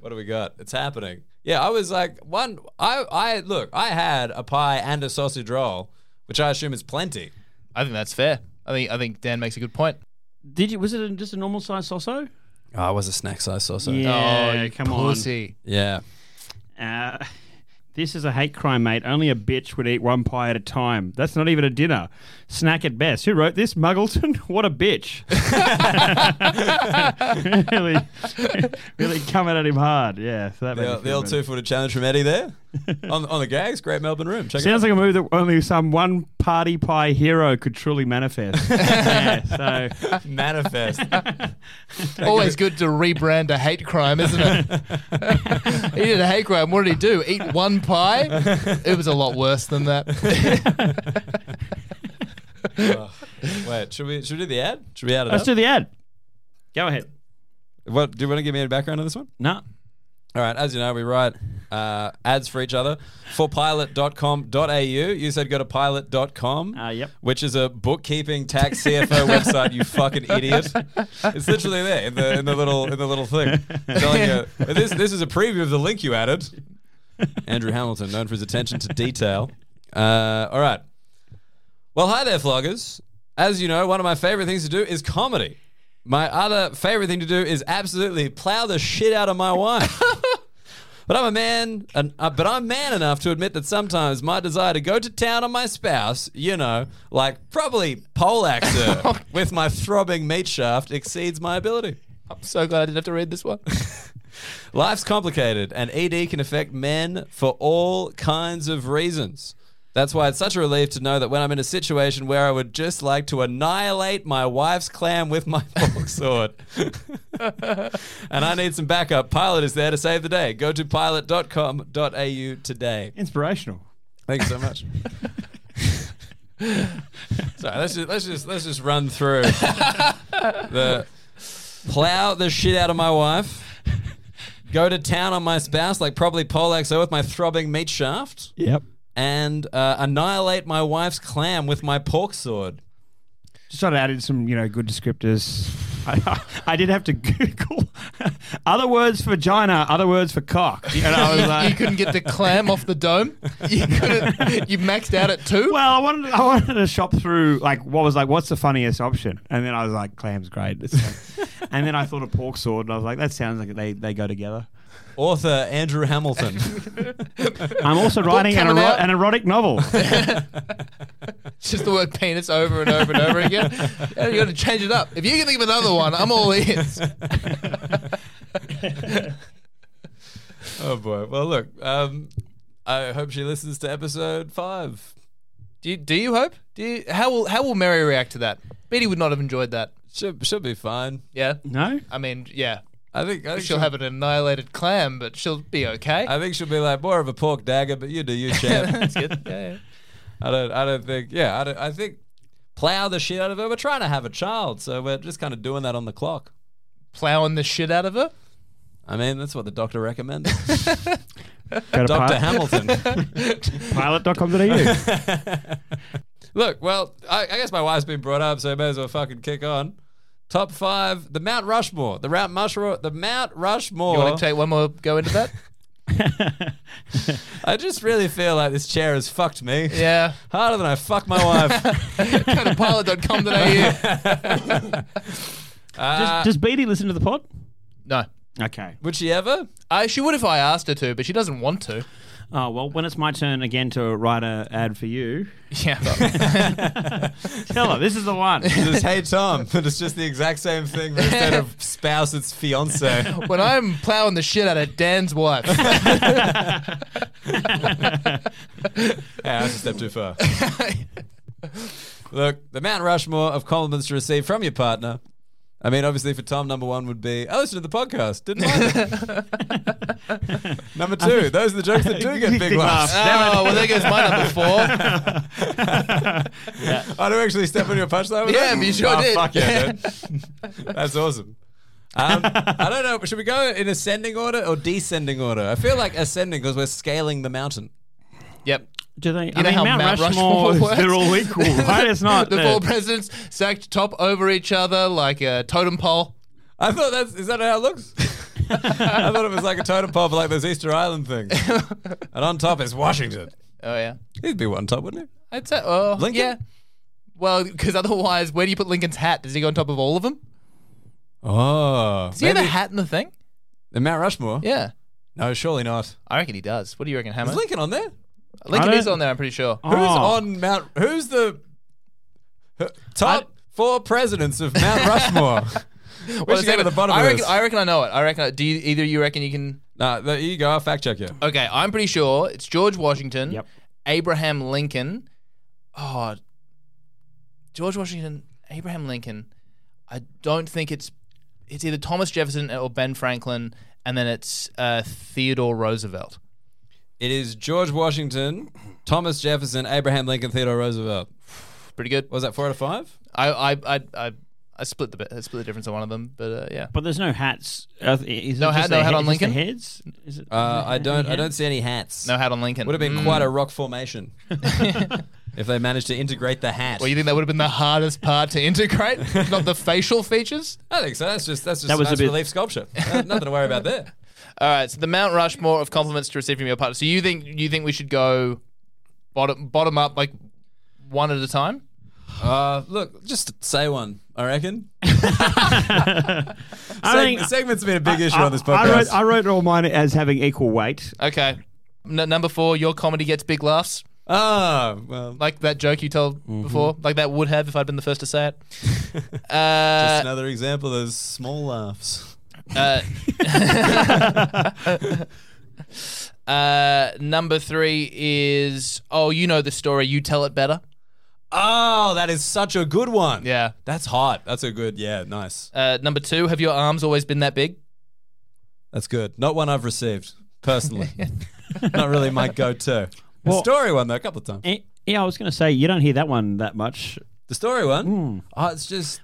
Speaker 5: What do we got? It's happening. Yeah, I was like one. I I look. I had a pie and a sausage roll, which I assume is plenty.
Speaker 3: I think that's fair. I think I think Dan makes a good point.
Speaker 4: Did you? Was it just a normal size soso?
Speaker 5: Oh, I was a snack size sausage.
Speaker 3: oh, you pussy.
Speaker 5: yeah.
Speaker 4: on. Uh, this is a hate crime, mate. Only a bitch would eat one pie at a time. That's not even a dinner. Snack at best. Who wrote this? Muggleton? <laughs> What a bitch. really, <laughs> really coming at him hard. Yeah. So that made me
Speaker 5: The, the
Speaker 4: feel
Speaker 5: old
Speaker 4: better.
Speaker 5: two footed challenge from Eddie
Speaker 4: <laughs>
Speaker 5: there on, on the gags. Great Melbourne room. Check it out.
Speaker 4: Sounds like a movie that only some one party pie hero could
Speaker 3: <laughs>
Speaker 4: truly manifest. yeah, so
Speaker 5: manifest.
Speaker 3: Always good to rebrand a hate crime, isn't it? he did a hate crime. What did he do? Eat one pie? It was a lot worse than that.
Speaker 5: Oh, Wait, should we should we do the ad? Should we add it?
Speaker 4: let's
Speaker 5: Up?
Speaker 4: do the ad. Go ahead.
Speaker 5: what do you want to give me a background on this one?
Speaker 4: No.
Speaker 5: All right, as you know, we write uh, ads for each other for pilot.com.au. You said go to pilot.com,
Speaker 4: Uh, yep.
Speaker 5: which is a bookkeeping tax CFO website, you fucking idiot. It's literally there in the, in the little in the little thing. Telling you, this, this is a preview of the link you added. Andrew Hamilton, known for his attention to detail. Uh, all right. Well, hi there, floggers. As you know, one of my favorite things to do is comedy. My other favorite thing to do is absolutely plow the shit out of my wife. but I'm a man, and, uh, but I'm man enough to admit that sometimes my desire to go to town on my spouse, you know, like probably poleaxe her with my throbbing meat shaft, exceeds my ability.
Speaker 3: I'm <laughs> so glad I didn't have to read this one.
Speaker 5: Life's complicated, and ED can affect men for all kinds of reasons. That's why it's such a relief to know that when I'm in a situation where I would just like to annihilate my wife's clam with my <laughs> fork sword, and I need some backup, Pilot is there to save the day. Go to pilot.com.au today.
Speaker 4: Inspirational.
Speaker 5: Thank you so
Speaker 3: <laughs>
Speaker 5: much. Sorry, let's just let's just let's just run through the plow the shit out of my wife. Go to town on my spouse, like probably Polaxo with my throbbing meat shaft,
Speaker 4: Yep.
Speaker 5: and uh, annihilate my wife's clam with my pork sword.
Speaker 4: Just trying to add in some, you know, good descriptors. <laughs> I, I did have to Google <laughs> other words for vagina, other words for cock. And I was
Speaker 3: you
Speaker 4: like,
Speaker 3: couldn't get <laughs> the clam off the dome. You couldn't. You maxed out at two.
Speaker 4: well, I wanted I wanted to shop through like what was like what's the funniest option, and then I was like clam's great, It's like- and then I thought of pork sword, and I was like that sounds like they, they go together.
Speaker 2: Author Andrew
Speaker 3: <laughs>
Speaker 2: Hamilton.
Speaker 4: I'm also writing an,
Speaker 3: coming
Speaker 4: ero-
Speaker 3: out.
Speaker 4: an
Speaker 3: <laughs>
Speaker 4: erotic novel.
Speaker 3: It's just the word penis over and over and over again. And you got to change it up. If you can think of another one, I'm all ears.
Speaker 5: Oh boy. Well, look. Um, I hope she listens to episode five.
Speaker 3: Do you, do you hope? Do you, how will how will Mary react to that? Betty would not have enjoyed that.
Speaker 5: She'll, she'll be fine.
Speaker 3: Yeah.
Speaker 4: no,
Speaker 3: I mean, yeah.
Speaker 5: I think, I think
Speaker 3: She'll have an annihilated clam, but she'll be okay.
Speaker 5: I think she'll be like more of a pork dagger, but you do
Speaker 3: <laughs>
Speaker 5: you, champ. That's good. Oh, Yeah, yeah. I don't. I don't think. Yeah. I don't. I think plow the shit out of her. We're trying to have a child, so we're just kind of doing that on the clock.
Speaker 3: Plowing the shit out of her.
Speaker 5: I mean, that's what the doctor
Speaker 3: <laughs>
Speaker 5: recommended.
Speaker 4: go to
Speaker 5: Doctor
Speaker 4: pi-
Speaker 5: Hamilton.
Speaker 3: <laughs>
Speaker 4: <laughs> pilot.com.au.
Speaker 5: Look, well, I, I guess my wife's been brought up, so I may as well fucking kick on. Top five: the Mount Rushmore, the Mount Rushmore, the Mount Rushmore.
Speaker 3: You want to take one more go into
Speaker 5: <laughs>
Speaker 3: that?
Speaker 5: I just really feel like this chair has fucked me
Speaker 3: yeah.
Speaker 5: harder than I fuck my wife.
Speaker 3: <laughs> Go to pilot.com today.
Speaker 5: <laughs>
Speaker 3: Uh,
Speaker 4: does, does Beatty listen to the pod?
Speaker 3: No.
Speaker 4: Okay.
Speaker 5: Would she ever?
Speaker 3: I, she would if I asked her to, but she doesn't want to.
Speaker 4: Oh well, when it's my turn again to write a ad for you,
Speaker 3: Yeah.
Speaker 4: tell her this is the one.
Speaker 5: Just hey Tom, but it's just the exact same thing. But instead
Speaker 3: <laughs>
Speaker 5: of spouse, it's fiance.
Speaker 3: <laughs> when I'm plowing the shit out of
Speaker 5: <laughs>
Speaker 3: Dan's wife.
Speaker 5: Yeah, that's Ah, a step too far. Look, the Mount Rushmore of compliments to receive from your partner. I mean, obviously, for Tom, number one would be, I listened to the podcast, didn't I?
Speaker 3: <laughs>
Speaker 5: number two, those are the jokes that do get big laughs.
Speaker 3: oh, well, there goes my number four.
Speaker 5: <laughs> I don't actually step on your punchline with
Speaker 3: Yeah,
Speaker 5: that?
Speaker 3: but you sure
Speaker 5: Oh,
Speaker 3: did.
Speaker 5: Fuck yeah, dude. That's awesome. Um, I don't know. Should we go in ascending order or descending order? I feel like ascending because we're scaling the mountain.
Speaker 3: <laughs> Yep.
Speaker 4: Do they? I
Speaker 3: You know
Speaker 4: mean,
Speaker 3: how
Speaker 4: Mount,
Speaker 3: Mount
Speaker 4: Rushmore,
Speaker 3: Rushmore works?
Speaker 4: they're all
Speaker 3: <laughs>
Speaker 4: equal, right? It's not.
Speaker 3: the
Speaker 4: that-
Speaker 3: four presidents stacked top over each other like a totem pole.
Speaker 5: I thought that's is that how it
Speaker 3: <laughs>
Speaker 5: looks? I thought it was like a totem pole for like those Easter Island things. and on top is Washington.
Speaker 3: Oh yeah,
Speaker 5: He'd be on top, wouldn't he?
Speaker 3: I'd say. Oh
Speaker 5: Lincoln?
Speaker 3: yeah. Well, because otherwise, where do you put Lincoln's hat? Does he go on top of all of them?
Speaker 5: Oh,
Speaker 3: Does he have a hat in the thing?
Speaker 5: the Mount Rushmore?
Speaker 3: Yeah,
Speaker 5: No, surely not.
Speaker 3: I reckon he does. What do you reckon, Hammer?
Speaker 5: Is Lincoln on there?
Speaker 3: Lincoln
Speaker 4: I
Speaker 3: is
Speaker 4: don't-
Speaker 3: on there. I'm pretty sure.
Speaker 4: Oh.
Speaker 5: Who's on Mount? Who's the who- top four presidents of
Speaker 3: <laughs>
Speaker 5: Mount Rushmore? we should
Speaker 3: Well,
Speaker 5: get to the bottom
Speaker 3: I
Speaker 5: of
Speaker 3: reckon.
Speaker 5: this.
Speaker 3: I reckon I know it. I reckon. I- Do you, either of you reckon you can?
Speaker 5: Nah, there you go. I'll fact check you.
Speaker 3: Okay, I'm pretty sure it's George Washington,
Speaker 4: Yep.
Speaker 3: Abraham Lincoln. Oh, George Washington, Abraham Lincoln. I don't think it's it's either Thomas Jefferson or Ben Franklin, and then it's uh, Theodore Roosevelt.
Speaker 5: It is George Washington, Thomas Jefferson, Abraham Lincoln, Theodore Roosevelt.
Speaker 3: Pretty good.
Speaker 5: Was that four out of five?
Speaker 3: I I I I, I split the bit. I split the difference on one of them, but uh, yeah.
Speaker 4: But there's no hats. Uh, is it
Speaker 3: No
Speaker 4: just
Speaker 3: hat- no
Speaker 4: their
Speaker 3: hat
Speaker 4: he-
Speaker 3: on
Speaker 4: just their
Speaker 3: Lincoln?
Speaker 4: Heads? Is it,
Speaker 5: Uh,
Speaker 4: Mm-hmm.
Speaker 5: I don't. I don't see any hats.
Speaker 3: No hat on Lincoln.
Speaker 5: Would have been
Speaker 3: Mm.
Speaker 5: quite a rock
Speaker 3: <laughs>
Speaker 5: formation if they managed to integrate the hat.
Speaker 3: Well, you think that would have been the hardest part
Speaker 5: <laughs>
Speaker 3: to integrate, not the facial features?
Speaker 5: I think so. That's just that's just
Speaker 4: That
Speaker 5: a
Speaker 4: was a
Speaker 5: nice
Speaker 4: bit-
Speaker 5: relief sculpture. Uh, nothing to worry about there.
Speaker 3: All right, so the Mount Rushmore of compliments to receive from your partner. So you think you think we should go bottom bottom up like one at a time?
Speaker 5: Uh, look, just say one. I reckon.
Speaker 4: I
Speaker 5: Seg-
Speaker 4: think-
Speaker 5: the segment's been a big issue
Speaker 4: I-
Speaker 5: on this
Speaker 4: I- I wrote,
Speaker 5: podcast.
Speaker 4: I wrote all mine as having equal weight.
Speaker 3: Okay. N- number four, your comedy gets big laughs,
Speaker 5: Ah, well,
Speaker 3: like that joke you told before, like that would have if I'd been the first to say it.
Speaker 5: just
Speaker 3: Uh,
Speaker 5: another example of small laughs.
Speaker 3: uh, <laughs> uh, number three is oh, you know the story, you tell it better.
Speaker 5: Oh, that is such a good one.
Speaker 3: Yeah.
Speaker 5: that's hot. That's a good. Yeah, nice.
Speaker 3: Uh, number two, have your arms always been that big?
Speaker 5: That's good. Not one I've received
Speaker 3: <laughs>
Speaker 5: personally. Not really my go-to.
Speaker 4: Well-
Speaker 5: the story one though, a couple of times.
Speaker 4: Eh, Yeah, I was going to say you don't hear that one that much.
Speaker 5: The story one. Oh, it's just.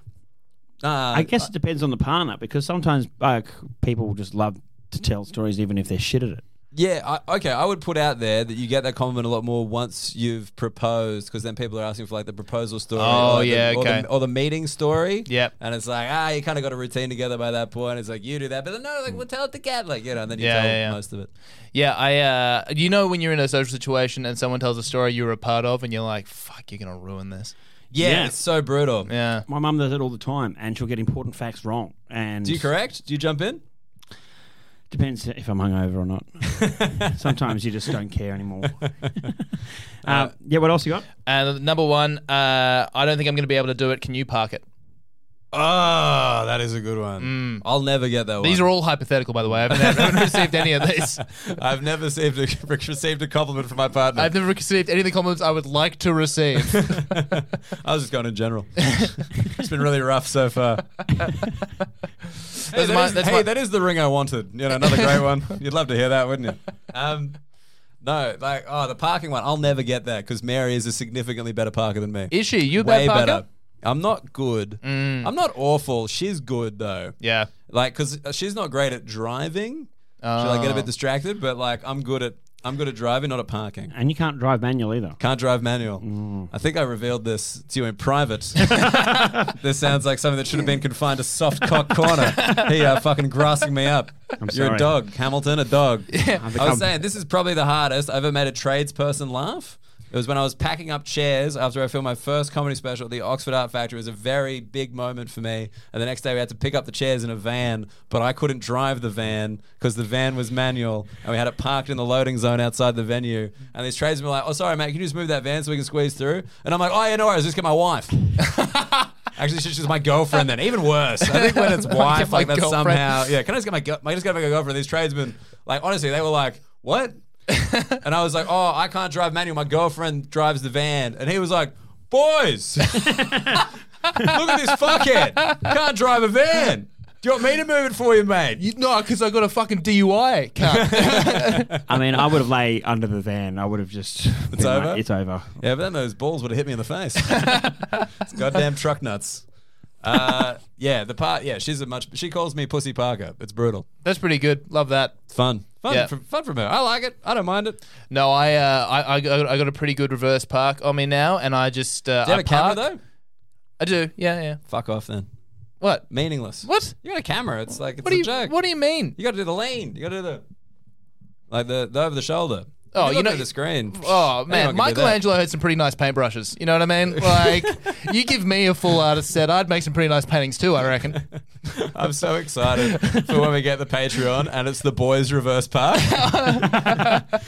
Speaker 5: Uh,
Speaker 4: Hmm. I guess it depends on the partner because sometimes uh, people just love to tell stories even if they're shit at it.
Speaker 5: Yeah, I, okay. I would put out there that you get that compliment a lot more once you've proposed, because then people are asking for like the proposal story.
Speaker 3: Oh,
Speaker 5: or the-
Speaker 3: yeah,
Speaker 5: or the,
Speaker 3: okay.
Speaker 5: Or the meeting story.
Speaker 3: Yep.
Speaker 5: And it's like, ah, you kind of got a routine together by that point. It's like you do that, but then no, like we'll tell it to Kat, like you know, and then you
Speaker 3: Yeah,
Speaker 5: tell
Speaker 3: yeah, yeah.
Speaker 5: most of it.
Speaker 3: Yeah, I. Uh, you know when you're in a social situation and someone tells a story you were a part of, and you're like, "Fuck, you're gonna ruin this."
Speaker 5: Yeah,
Speaker 4: Yeah.
Speaker 5: it's so brutal.
Speaker 3: Yeah.
Speaker 4: My mum does it all the time, and she'll get important facts wrong. And
Speaker 5: Do you correct? Do you jump in?
Speaker 4: Depends if I'm hungover or
Speaker 5: <laughs>
Speaker 4: not. Sometimes you just don't care anymore. uh, yeah, what else you got?
Speaker 3: And number one, uh, I don't think I'm gonna be able to do it. Can you park it?
Speaker 5: Oh, that is a good one. I'll never get that one.
Speaker 3: Mm. These are all hypothetical, by the way. I haven't, I
Speaker 5: <laughs>
Speaker 3: haven't received any of these.
Speaker 5: I've never received a, <laughs> received a compliment from my partner.
Speaker 3: I've never received any of the compliments I would like
Speaker 5: <laughs>
Speaker 3: to receive.
Speaker 5: I was just going in
Speaker 3: <laughs>
Speaker 5: general. it's been really rough so far. hey, that
Speaker 3: my-
Speaker 5: is-
Speaker 3: that's
Speaker 5: hey,
Speaker 3: my-
Speaker 5: that is the ring I wanted. You know, another great <laughs> one. You'd love to hear that, wouldn't you? Um, no, like oh, the parking one. I'll never get that because Mary is a significantly better parker than me.
Speaker 3: Is she? You a bad
Speaker 5: way
Speaker 3: parker?
Speaker 5: better? I'm not good. I'm not awful. She's good though.
Speaker 3: yeah.
Speaker 5: Like, cause uh, she's not great at driving. She'll like, get a bit distracted, but like I'm good at I'm good at driving, not at parking.
Speaker 4: And you can't drive manual
Speaker 5: <laughs>
Speaker 4: either.
Speaker 5: Can't drive manual. I think I revealed this to you in private. this sounds like something that should have been confined to soft cock corner. Here, uh, fucking grassing me up. You're a
Speaker 4: sorry.
Speaker 5: dog, Hamilton, a dog. I
Speaker 4: become-
Speaker 5: was saying this is probably the hardest I've ever made a tradesperson laugh. It was when I was packing up chairs after I filmed my first comedy special at the Oxford Art Factory. It was a very big moment for me. And the next day we had to pick up the chairs in a van, but I couldn't drive the van because the van was manual and we had it parked in the loading zone outside the venue. And these tradesmen were like, oh, sorry, mate, can you just move that van so we can squeeze through? And I'm like, oh, yeah, no worries, just get my wife. <laughs> Actually, she's just my girlfriend then. Even worse. I think when
Speaker 3: <laughs>
Speaker 5: it's wife,
Speaker 3: my
Speaker 5: like that's
Speaker 3: girlfriend.
Speaker 5: somehow. Yeah, can I just get my girl? I just get my girlfriend? These tradesmen, like honestly, they were like,
Speaker 3: <laughs>
Speaker 5: what? and I was like, oh, I can't drive manual. My girlfriend drives the van. And he was like, boys, <laughs> look at this fuckhead. Can't drive a van. Do you want me to move it for you, mate?
Speaker 3: You, no, because Oh, I got a fucking DUI.
Speaker 5: <laughs>
Speaker 3: cunt.
Speaker 4: I mean, I would have lay under the van. I would have just. It's
Speaker 5: over?
Speaker 4: it's over.
Speaker 5: Yeah, but then those balls would have hit me in the face.
Speaker 3: <laughs>
Speaker 5: it's goddamn truck nuts. Uh, yeah, the part. Yeah, she's a much. She calls me Pussy Parker. It's brutal.
Speaker 3: That's pretty good. Love that.
Speaker 5: It's fun. Fun,
Speaker 3: Yeah.
Speaker 5: from, fun from her. I like it. I don't mind it.
Speaker 3: No, I, uh, I, I, got, I got a pretty good reverse park on me now, and I just uh,
Speaker 5: Do you
Speaker 3: I
Speaker 5: have a camera
Speaker 3: park.
Speaker 5: though?
Speaker 3: I do. Yeah, yeah.
Speaker 5: Fuck off then.
Speaker 3: What?
Speaker 5: Meaningless.
Speaker 3: What?
Speaker 5: You got a camera. It's like it's
Speaker 3: What do
Speaker 5: a
Speaker 3: you?
Speaker 5: joke.
Speaker 3: What do you mean?
Speaker 5: you got to do the lean. You got to do the like the, the over the shoulder.
Speaker 3: Oh,
Speaker 5: can
Speaker 3: you
Speaker 5: look
Speaker 3: know-
Speaker 5: at the screen. Anyone
Speaker 3: Oh
Speaker 5: can do
Speaker 3: man,
Speaker 5: that.
Speaker 3: Michelangelo had some pretty nice paintbrushes. You know what I mean? Like,
Speaker 5: <laughs>
Speaker 3: you give me a full artist set, I'd make some pretty nice paintings too.
Speaker 5: <laughs>
Speaker 3: I reckon.
Speaker 5: I'm so excited for when we get the Patreon and it's the boys reverse
Speaker 3: <laughs>
Speaker 5: park.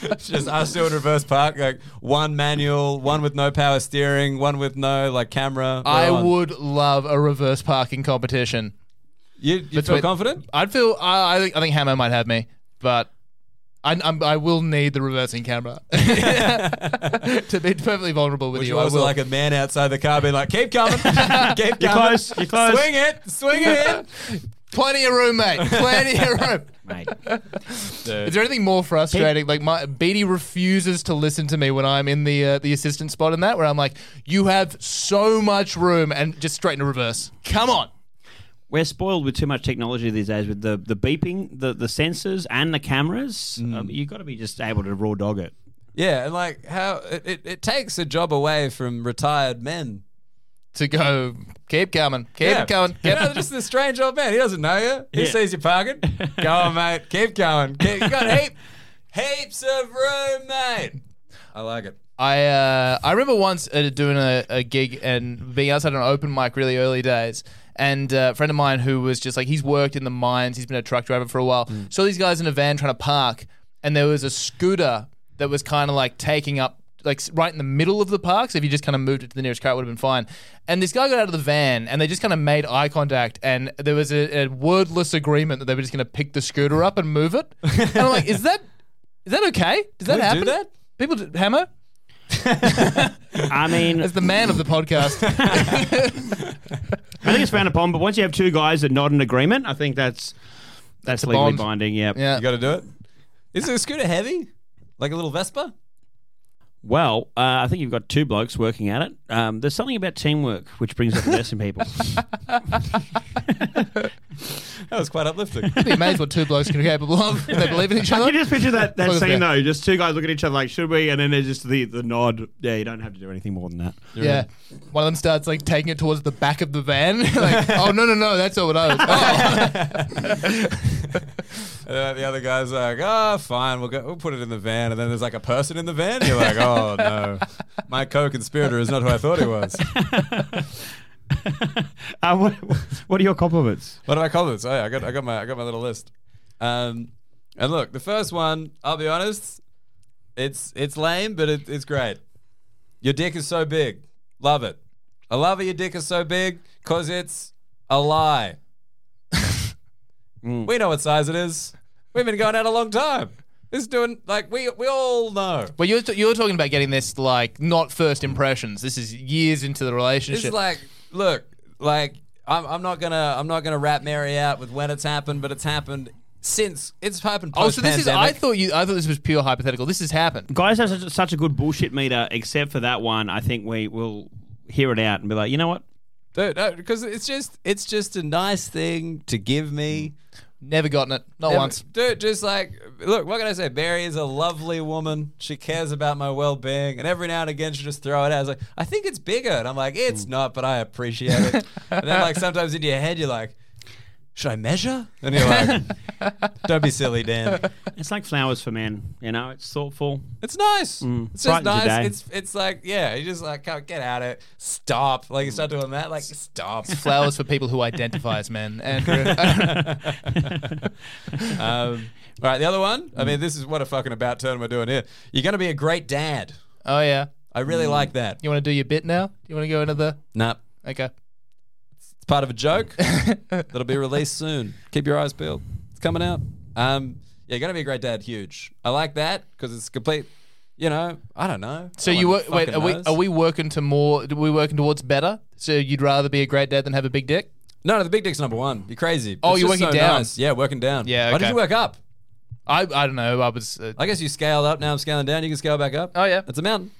Speaker 5: It's just us doing reverse park, like one manual, one with no power steering, one with no like camera. We're
Speaker 3: I
Speaker 5: on.
Speaker 3: would love a reverse parking competition.
Speaker 5: You, you feel
Speaker 3: Between-
Speaker 5: confident?
Speaker 3: I'd feel. I, I think. I think Hammer might have me, but. I, I'm, I will need the
Speaker 5: <laughs>
Speaker 3: reversing camera <laughs> to be perfectly vulnerable with
Speaker 5: Would
Speaker 3: you.
Speaker 5: you
Speaker 3: I
Speaker 5: also
Speaker 3: will.
Speaker 5: like a man outside the car being like, keep
Speaker 3: <laughs>
Speaker 5: coming, keep
Speaker 4: You're
Speaker 5: coming,
Speaker 4: close, you're close.
Speaker 5: swing it, swing it
Speaker 3: <laughs>
Speaker 5: in.
Speaker 3: Plenty of room, mate. Plenty
Speaker 5: <laughs>
Speaker 3: of room.
Speaker 4: Mate.
Speaker 3: Is there anything more frustrating? Like my Beatty refuses to listen to me when I'm in the uh, the assistant spot in that, where I'm like, "You have so much room," and just straight into reverse. Come on.
Speaker 4: We're spoiled with too much technology these days with the, the beeping, the, the sensors, and the cameras.
Speaker 5: Mm.
Speaker 4: Um, you've got to be just able to raw dog it.
Speaker 5: Yeah, and like how it, it, it takes a job away from retired men.
Speaker 3: To go, keep coming, keep
Speaker 5: yeah.
Speaker 3: it coming.
Speaker 5: You
Speaker 3: Keep
Speaker 5: know, just this strange old man. He doesn't know you. He
Speaker 4: Yeah.
Speaker 5: sees you parking. Go on, mate. Keep going. Keep, you got heap, heaps of room, mate. I like it.
Speaker 3: I uh, I remember once uh, doing a, a gig and being outside an open mic really early days. And uh, a friend of mine who was just like, he's worked in the mines, he's been a truck driver for a while.
Speaker 5: Mm.
Speaker 3: Saw these guys in a van trying to park, and there was a scooter that was kind of like taking up, like s- right in the middle of the park. So if you just kind of moved it to the nearest car, it would have been fine. And this guy got out of the van, and they just kind of made eye contact, and there was a, a wordless agreement that they were just going to pick the scooter up and move it. and I'm like, is that is that okay? Does that
Speaker 5: People
Speaker 3: happen?
Speaker 5: do that?
Speaker 3: People do, hammer?
Speaker 4: I
Speaker 5: <laughs>
Speaker 4: mean,
Speaker 3: As the man of the
Speaker 7: <laughs>
Speaker 3: podcast,
Speaker 4: I think it's frowned upon, but once you have two guys that nod in agreement, I think that's that's legally
Speaker 3: bond.
Speaker 4: binding. Yeah.
Speaker 3: yeah.
Speaker 5: You got to do it. Is the scooter heavy? Like a little Vespa?
Speaker 4: Well, uh, I think you've got two blokes working at it. Um, there's something about teamwork which brings out the best in people.
Speaker 5: That was quite uplifting.
Speaker 3: Be amazed what two blokes can be capable
Speaker 7: <laughs>
Speaker 3: of. They believe in each
Speaker 7: I
Speaker 3: other.
Speaker 7: can just picture that, that
Speaker 3: Close
Speaker 7: scene
Speaker 3: there.
Speaker 7: though. Just two guys look at each other like, should we? And then there's just the, the nod. Yeah, you don't have to do anything more than that.
Speaker 3: Yeah. One of them starts like taking it towards the back of the van. <laughs> like, oh no no no, that's all it
Speaker 7: <laughs>
Speaker 3: is. Oh. <laughs>
Speaker 5: And then the other guy's like, oh, fine, we'll go, we'll put it in the van. And then there's like a person in the van. You're like, oh no, my co-conspirator is not who I thought he was.
Speaker 7: Uh, what, what are your compliments?
Speaker 5: What do I call this? Oh, yeah, I got, I got my, I got my little list. Um, and look, the first one, I'll be honest, it's, it's lame, but it, it's great. Your dick is so big, love it. I love it. Your dick is so big because it's a lie. We know what size it is. We've been going out a long time. It's doing like we, we all know.
Speaker 3: But you're, t- you're talking about getting this like not first impressions. This is years into the
Speaker 5: It's
Speaker 3: relationship.
Speaker 5: like, look, like I'm, I'm not gonna, I'm not gonna rap Mary out with when it's happened, but it's happened since it's happened.
Speaker 3: oh, so this is. I
Speaker 5: post-pandemic.
Speaker 3: thought you. I thought this was pure hypothetical. This has happened.
Speaker 4: Guys have such, such a good bullshit meter, except for that one. I think we will hear it out and be like, you know what?
Speaker 5: dude, because it's just, it's just a nice thing to give me.
Speaker 3: Never gotten it. Not
Speaker 5: Never-
Speaker 3: once.
Speaker 5: dude. Just like, look, what can I say? Mary is a lovely woman. She cares about my well-being, and every now and again, she just throw it out. I was like, I think it's bigger, and I'm like, it's
Speaker 3: Mm.
Speaker 5: not, but I appreciate it. and then, like, sometimes in your head, you're like, should I measure? And you're like,
Speaker 3: <laughs>
Speaker 5: don't be silly, Dan.
Speaker 4: It's like flowers for men. You know, it's thoughtful.
Speaker 5: It's nice. It's just
Speaker 4: brightens Mm. your day.
Speaker 5: nice. It's it's like yeah, you just like oh, get out of it. Stop. Like you start doing that. Like
Speaker 4: <laughs>
Speaker 5: stop.
Speaker 3: Flowers for people who identify as men. Andrew.
Speaker 5: <laughs>
Speaker 3: <laughs>
Speaker 5: um, all right, the other one. I mean, this is what a fucking about turn we're doing here. You're gonna be a great dad.
Speaker 3: oh yeah.
Speaker 5: I really
Speaker 4: Mm.
Speaker 5: like that.
Speaker 3: You want to do your bit now? You want to go into the?
Speaker 5: Nah,
Speaker 3: Okay.
Speaker 5: it's part of a
Speaker 4: <laughs>
Speaker 5: joke that'll be released soon. Keep your eyes peeled. It's coming out. Um, yeah, you're gonna be a great dad. Huge. I like that because it's complete. You know, I don't know.
Speaker 3: So
Speaker 5: No
Speaker 3: you
Speaker 5: one
Speaker 3: were, wait.
Speaker 5: fucking
Speaker 3: Are we
Speaker 5: knows.
Speaker 3: are we working to more? Are we working towards better? So you'd rather be a great dad than have a big dick?
Speaker 5: No, no, the big dick's number one. You're crazy.
Speaker 3: Oh,
Speaker 5: It's
Speaker 3: you're
Speaker 5: just
Speaker 3: working down.
Speaker 5: Yeah, working down.
Speaker 3: Yeah,
Speaker 5: Why did
Speaker 3: okay.
Speaker 5: you work up?
Speaker 3: I I don't know. I was. Uh,
Speaker 5: I guess you scaled up. Now I'm scaling down. You can scale back up.
Speaker 3: Oh, yeah.
Speaker 5: it's a mountain.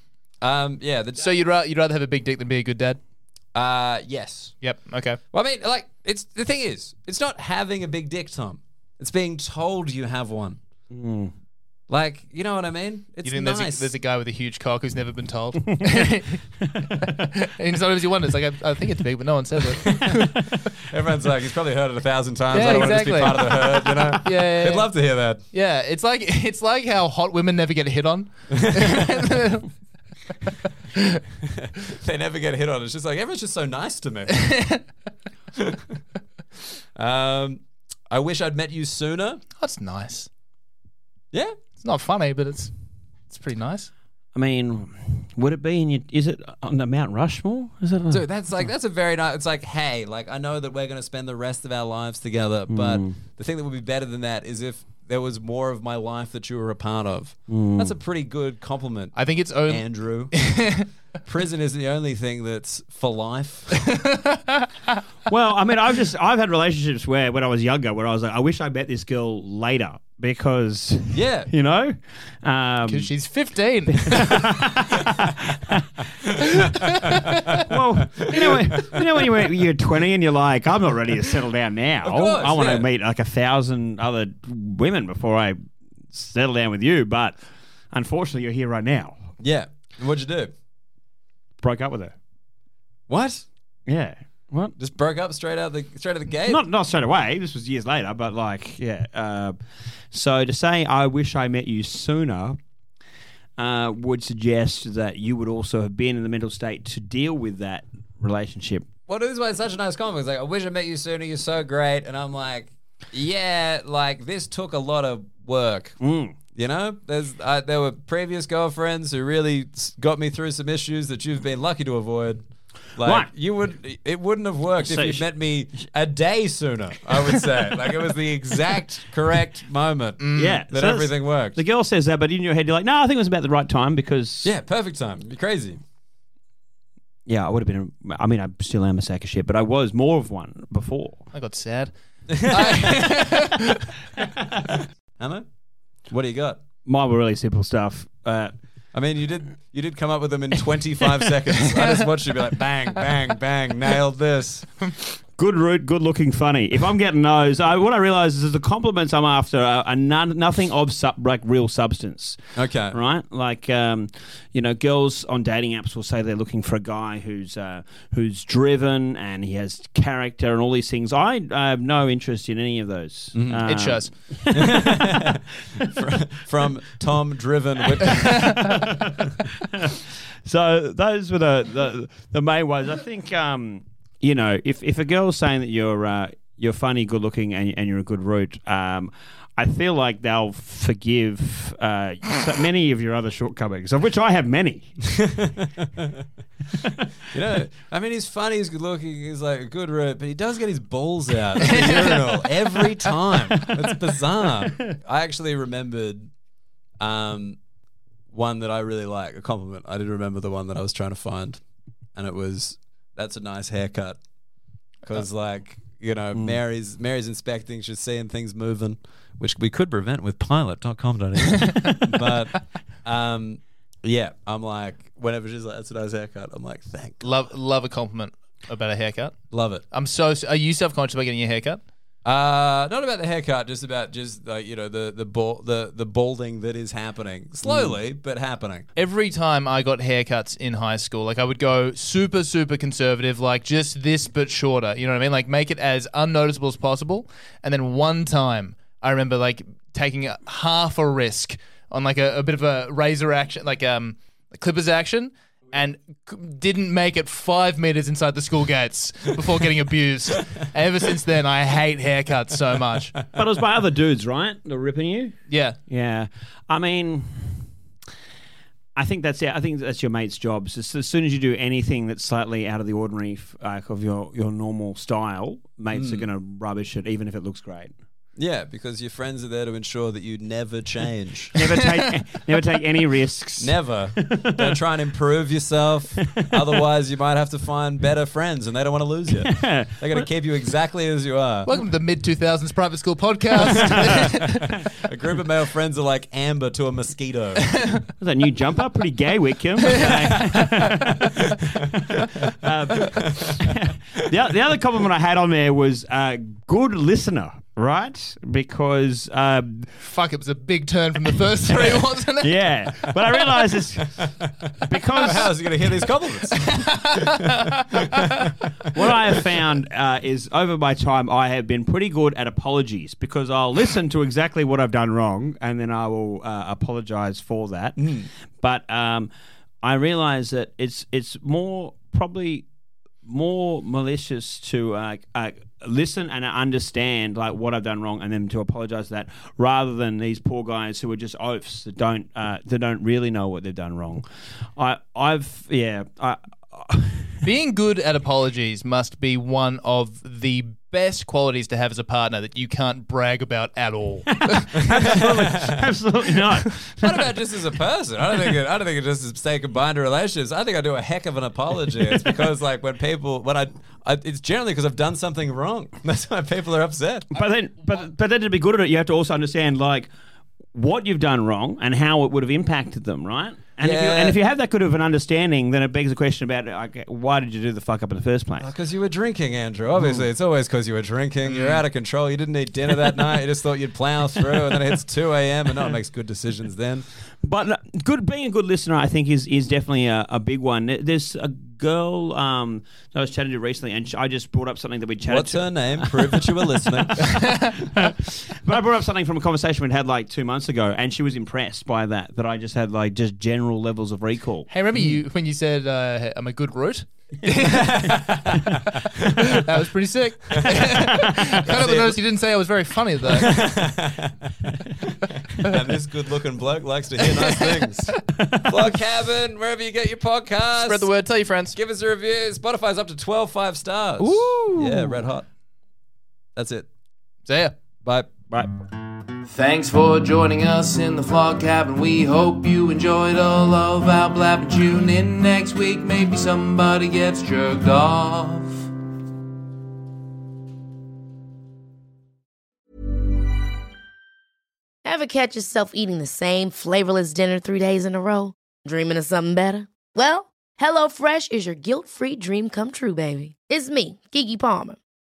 Speaker 5: Um, yeah. The,
Speaker 3: so you'd ra- you'd rather have a big dick than be a good dad?
Speaker 5: uh, yes.
Speaker 3: Yep. Okay.
Speaker 5: Well, I mean, like, it's the thing is, it's not having a big dick, Tom. It's being told you have one. Like, you know what I mean? It's
Speaker 3: You think
Speaker 5: nice.
Speaker 3: there's, a, there's a guy with a huge cock who's never been told? <laughs> and sometimes you wonder, it's like, I, I think it's big, but no one says <laughs> it. yeah,
Speaker 5: Everyone's like, he's probably heard it a thousand times.
Speaker 3: Yeah,
Speaker 5: I don't want to just be
Speaker 3: exactly.
Speaker 5: part of the herd, you know?
Speaker 3: <laughs> yeah,
Speaker 5: They'd love to hear that.
Speaker 3: yeah. It's like <laughs> it's like how hot women never get hit <laughs> on.
Speaker 5: they never get hit on. It's just like everyone's just so nice
Speaker 3: <laughs>
Speaker 5: to me. <laughs> um, I wish I'd met you sooner.
Speaker 3: That's nice.
Speaker 5: Yeah,
Speaker 3: It's not funny, but it's it's pretty nice.
Speaker 4: I mean, would it be in your? Is it on the Mount Rushmore? Is it? A,
Speaker 5: dude, that's like that's a very nice. It's like, hey, like I know that we're gonna spend the rest of our lives together, but the thing that would be better than that is if there was more of my life that you were a part of. That's a pretty good compliment,
Speaker 3: I think it's only. <laughs>
Speaker 5: Andrew. Prison is the only thing that's for life.
Speaker 4: <laughs> well, I mean, I've just I've had relationships where when I was younger, where I was like, I wish I met this girl later because <laughs>
Speaker 5: Yeah.
Speaker 4: you know, um,
Speaker 3: She's
Speaker 5: <laughs>
Speaker 3: 15.
Speaker 4: well,
Speaker 5: <laughs>
Speaker 4: you know, <laughs> when, you know when you're, you're 20 and you're like, I'm not ready to settle down now.
Speaker 5: course,
Speaker 4: I want to
Speaker 5: yeah.
Speaker 4: meet like a thousand other women before I settle down with you. But unfortunately, you're here right now.
Speaker 5: Yeah. What'd you do?
Speaker 4: Broke up with her.
Speaker 5: What?
Speaker 4: Yeah. What?
Speaker 5: Just broke up straight out the straight out of the gate.
Speaker 4: Not not straight away. This was years later, but like, yeah. Uh, so to say, I wish I met you sooner. Uh, would suggest that you would also have been in the mental state to deal with that relationship.
Speaker 5: Well, this is why it's such a nice comic. It's like, I wish I met you sooner. You're so great. And I'm like, yeah, like this took a lot of work. You know, there's I there were previous girlfriends who really s- got me through some issues that you've been lucky to avoid. Like
Speaker 4: Right.
Speaker 5: you would, it wouldn't have worked
Speaker 4: So
Speaker 5: if you
Speaker 4: sh-
Speaker 5: met me a day sooner. I would
Speaker 4: <laughs>
Speaker 5: say, like it was the exact correct moment.
Speaker 4: Yeah,
Speaker 5: that
Speaker 4: Mm. so that's-
Speaker 5: everything worked.
Speaker 4: The girl says that, but in your head, you're like, no, I think it was about the right time because
Speaker 5: yeah, perfect time. You're
Speaker 4: <laughs>
Speaker 5: crazy. <laughs>
Speaker 4: Yeah, I would have been. I mean, I still am a sack of shit, but I was more of one before.
Speaker 3: I got sad.
Speaker 5: Ammo, what do you got?
Speaker 4: Mine were really simple stuff. Uh,
Speaker 5: I mean, you did you did come up with them in
Speaker 4: <laughs>
Speaker 5: 25 seconds. I just watched you be like, bang, bang, bang, nailed
Speaker 4: <laughs>
Speaker 5: this.
Speaker 4: Good root, good looking, funny. If I'm getting those, I, what I realize is the compliments I'm after are, are none, nothing of sub, like real substance.
Speaker 5: Okay.
Speaker 4: right? Like, um, you know, girls on dating apps will say they're looking for a guy who's uh, who's driven and he has character and all these things. I, I have no interest in any of those. Um,
Speaker 3: Mm-hmm. it shows.
Speaker 5: Fr- From Tom Driven Whitman.
Speaker 4: <laughs> So those were the the, the main ones. I think, um, you know, if if a girl's saying that you're uh, you're funny, good looking, and, and you're a good root. Um, I feel like they'll forgive uh, so many of your other shortcomings, of which I have many.
Speaker 5: You know, I mean, he's funny, he's good looking, he's like a good root, but he does get his balls out at the urinal every time. It's bizarre. I actually remembered um, one that I really like, a compliment. I did remember the one that I was trying to find, and it was that's a nice haircut because, like, you know, Mary's Mary's inspecting, she's seeing things moving, which we could prevent with pilot.com.au. but um, yeah, I'm like, whenever she's like, that's a nice haircut, I'm like, thank
Speaker 3: Love love a compliment about a haircut.
Speaker 5: Love it.
Speaker 3: I'm so. Are you self conscious about getting your haircut?
Speaker 5: Uh, not about the haircut, just about just like you know the the ball the the balding that is happening slowly but happening.
Speaker 3: Every time I got haircuts in high school, like I would go super, super conservative, like just this but shorter. You know what I mean? Like make it as unnoticeable as possible. And then one time I remember like taking a, half a risk on like a, a bit of a razor action, like um, a clippers action, and c- didn't make it five meters inside the school gates before getting abused. Ever since then, I hate haircuts so much.
Speaker 4: But it was by other dudes, right? They're ripping you.
Speaker 3: Yeah.
Speaker 4: Yeah, I mean, I think that's it. I think that's your mate's job. So, as soon as you do anything that's slightly out of the ordinary f- like of your your normal style, mates are going to rubbish it, even if it looks great.
Speaker 5: Yeah, because your friends are there to ensure that you never change.
Speaker 4: Never take never take any risks. <laughs>
Speaker 5: never. Don't try and improve yourself. Otherwise, you might have to find better friends, and they don't want to lose you. They're going to keep you exactly as you are.
Speaker 3: Welcome to the mid 2000s private school
Speaker 4: <laughs>
Speaker 3: podcast.
Speaker 5: A group of male friends are like amber to a mosquito.
Speaker 4: That's that new jumper, pretty gay, Wickham. Um, Okay. Uh, <laughs> the, o- the other compliment I had on there was uh, good listener, right? Because. Um,
Speaker 3: Fuck, it was a big turn from the first three, wasn't it?
Speaker 4: yeah, but I realise it's because
Speaker 5: How is he going to hear these compliments?
Speaker 4: what I have found uh, is over my time, I have been pretty good at apologies because I'll listen to exactly what I've done wrong and then I will uh, apologize for that. But um, I realize that it's it's more probably more malicious to uh, uh, listen and understand like what I've done wrong and then to apologize for that rather than these poor guys who are just oafs that don't uh, that don't really know what they've done wrong. I I've yeah I. <laughs>
Speaker 3: Being good at apologies must be one of the best qualities to have as a partner that you can't brag about at
Speaker 4: <laughs>
Speaker 3: all.
Speaker 4: absolutely, absolutely not.
Speaker 5: What about just as a person? I don't think it, I don't think it just is say goodbye to relationships. I think I do a heck of an apology. It's because like when people when I, I it's generally because I've done something wrong. <laughs> That's why people are upset.
Speaker 4: But then, but but then to be good at it, you have to also understand like what you've done wrong and how it would have impacted them, right? And, if you,
Speaker 5: Yeah.
Speaker 4: and if you have that good of an understanding, then it begs the question about okay, why did you do the fuck up in the first place?
Speaker 5: Because you were drinking, Andrew. Obviously, it's always because you were drinking. You're out of control. You didn't eat dinner that night. You just thought you'd plow through, and then it hits 2 a.m. and no one makes good decisions then.
Speaker 4: But uh, good, being a good listener, I think, is is definitely a, a big one. There- There's a girl um, that I was chatting to recently, and sh I just brought up something that we chatted.
Speaker 5: What's
Speaker 4: to,
Speaker 5: her name? Prove that you were <laughs> listening.
Speaker 4: But I brought up something from a conversation we'd had like two months ago, and she was impressed by that. That I just had like just general levels of recall.
Speaker 3: hey, remember you when you said uh, I'm a good
Speaker 4: <laughs>
Speaker 3: root? that was pretty sick.
Speaker 4: <laughs>
Speaker 3: I never noticed you didn't say I was very funny though.
Speaker 5: and this good-looking bloke likes to hear nice things. Blog cabin, wherever you get your podcast.
Speaker 3: Spread the word, tell your friends.
Speaker 5: Give us a review. Spotify's up to 12 five stars. Ooh. Yeah, red hot. That's it.
Speaker 3: See ya.
Speaker 5: Bye.
Speaker 4: Right.
Speaker 8: Thanks for joining us in the Flog Cabin. We hope you enjoyed all of our blabbing. Tune in next week. Maybe somebody gets jerked off.
Speaker 9: Ever catch yourself eating the same flavorless dinner three days in a row? Dreaming of something better? Well, HelloFresh is your guilt-free dream come true, baby. It's me, Gigi Palmer.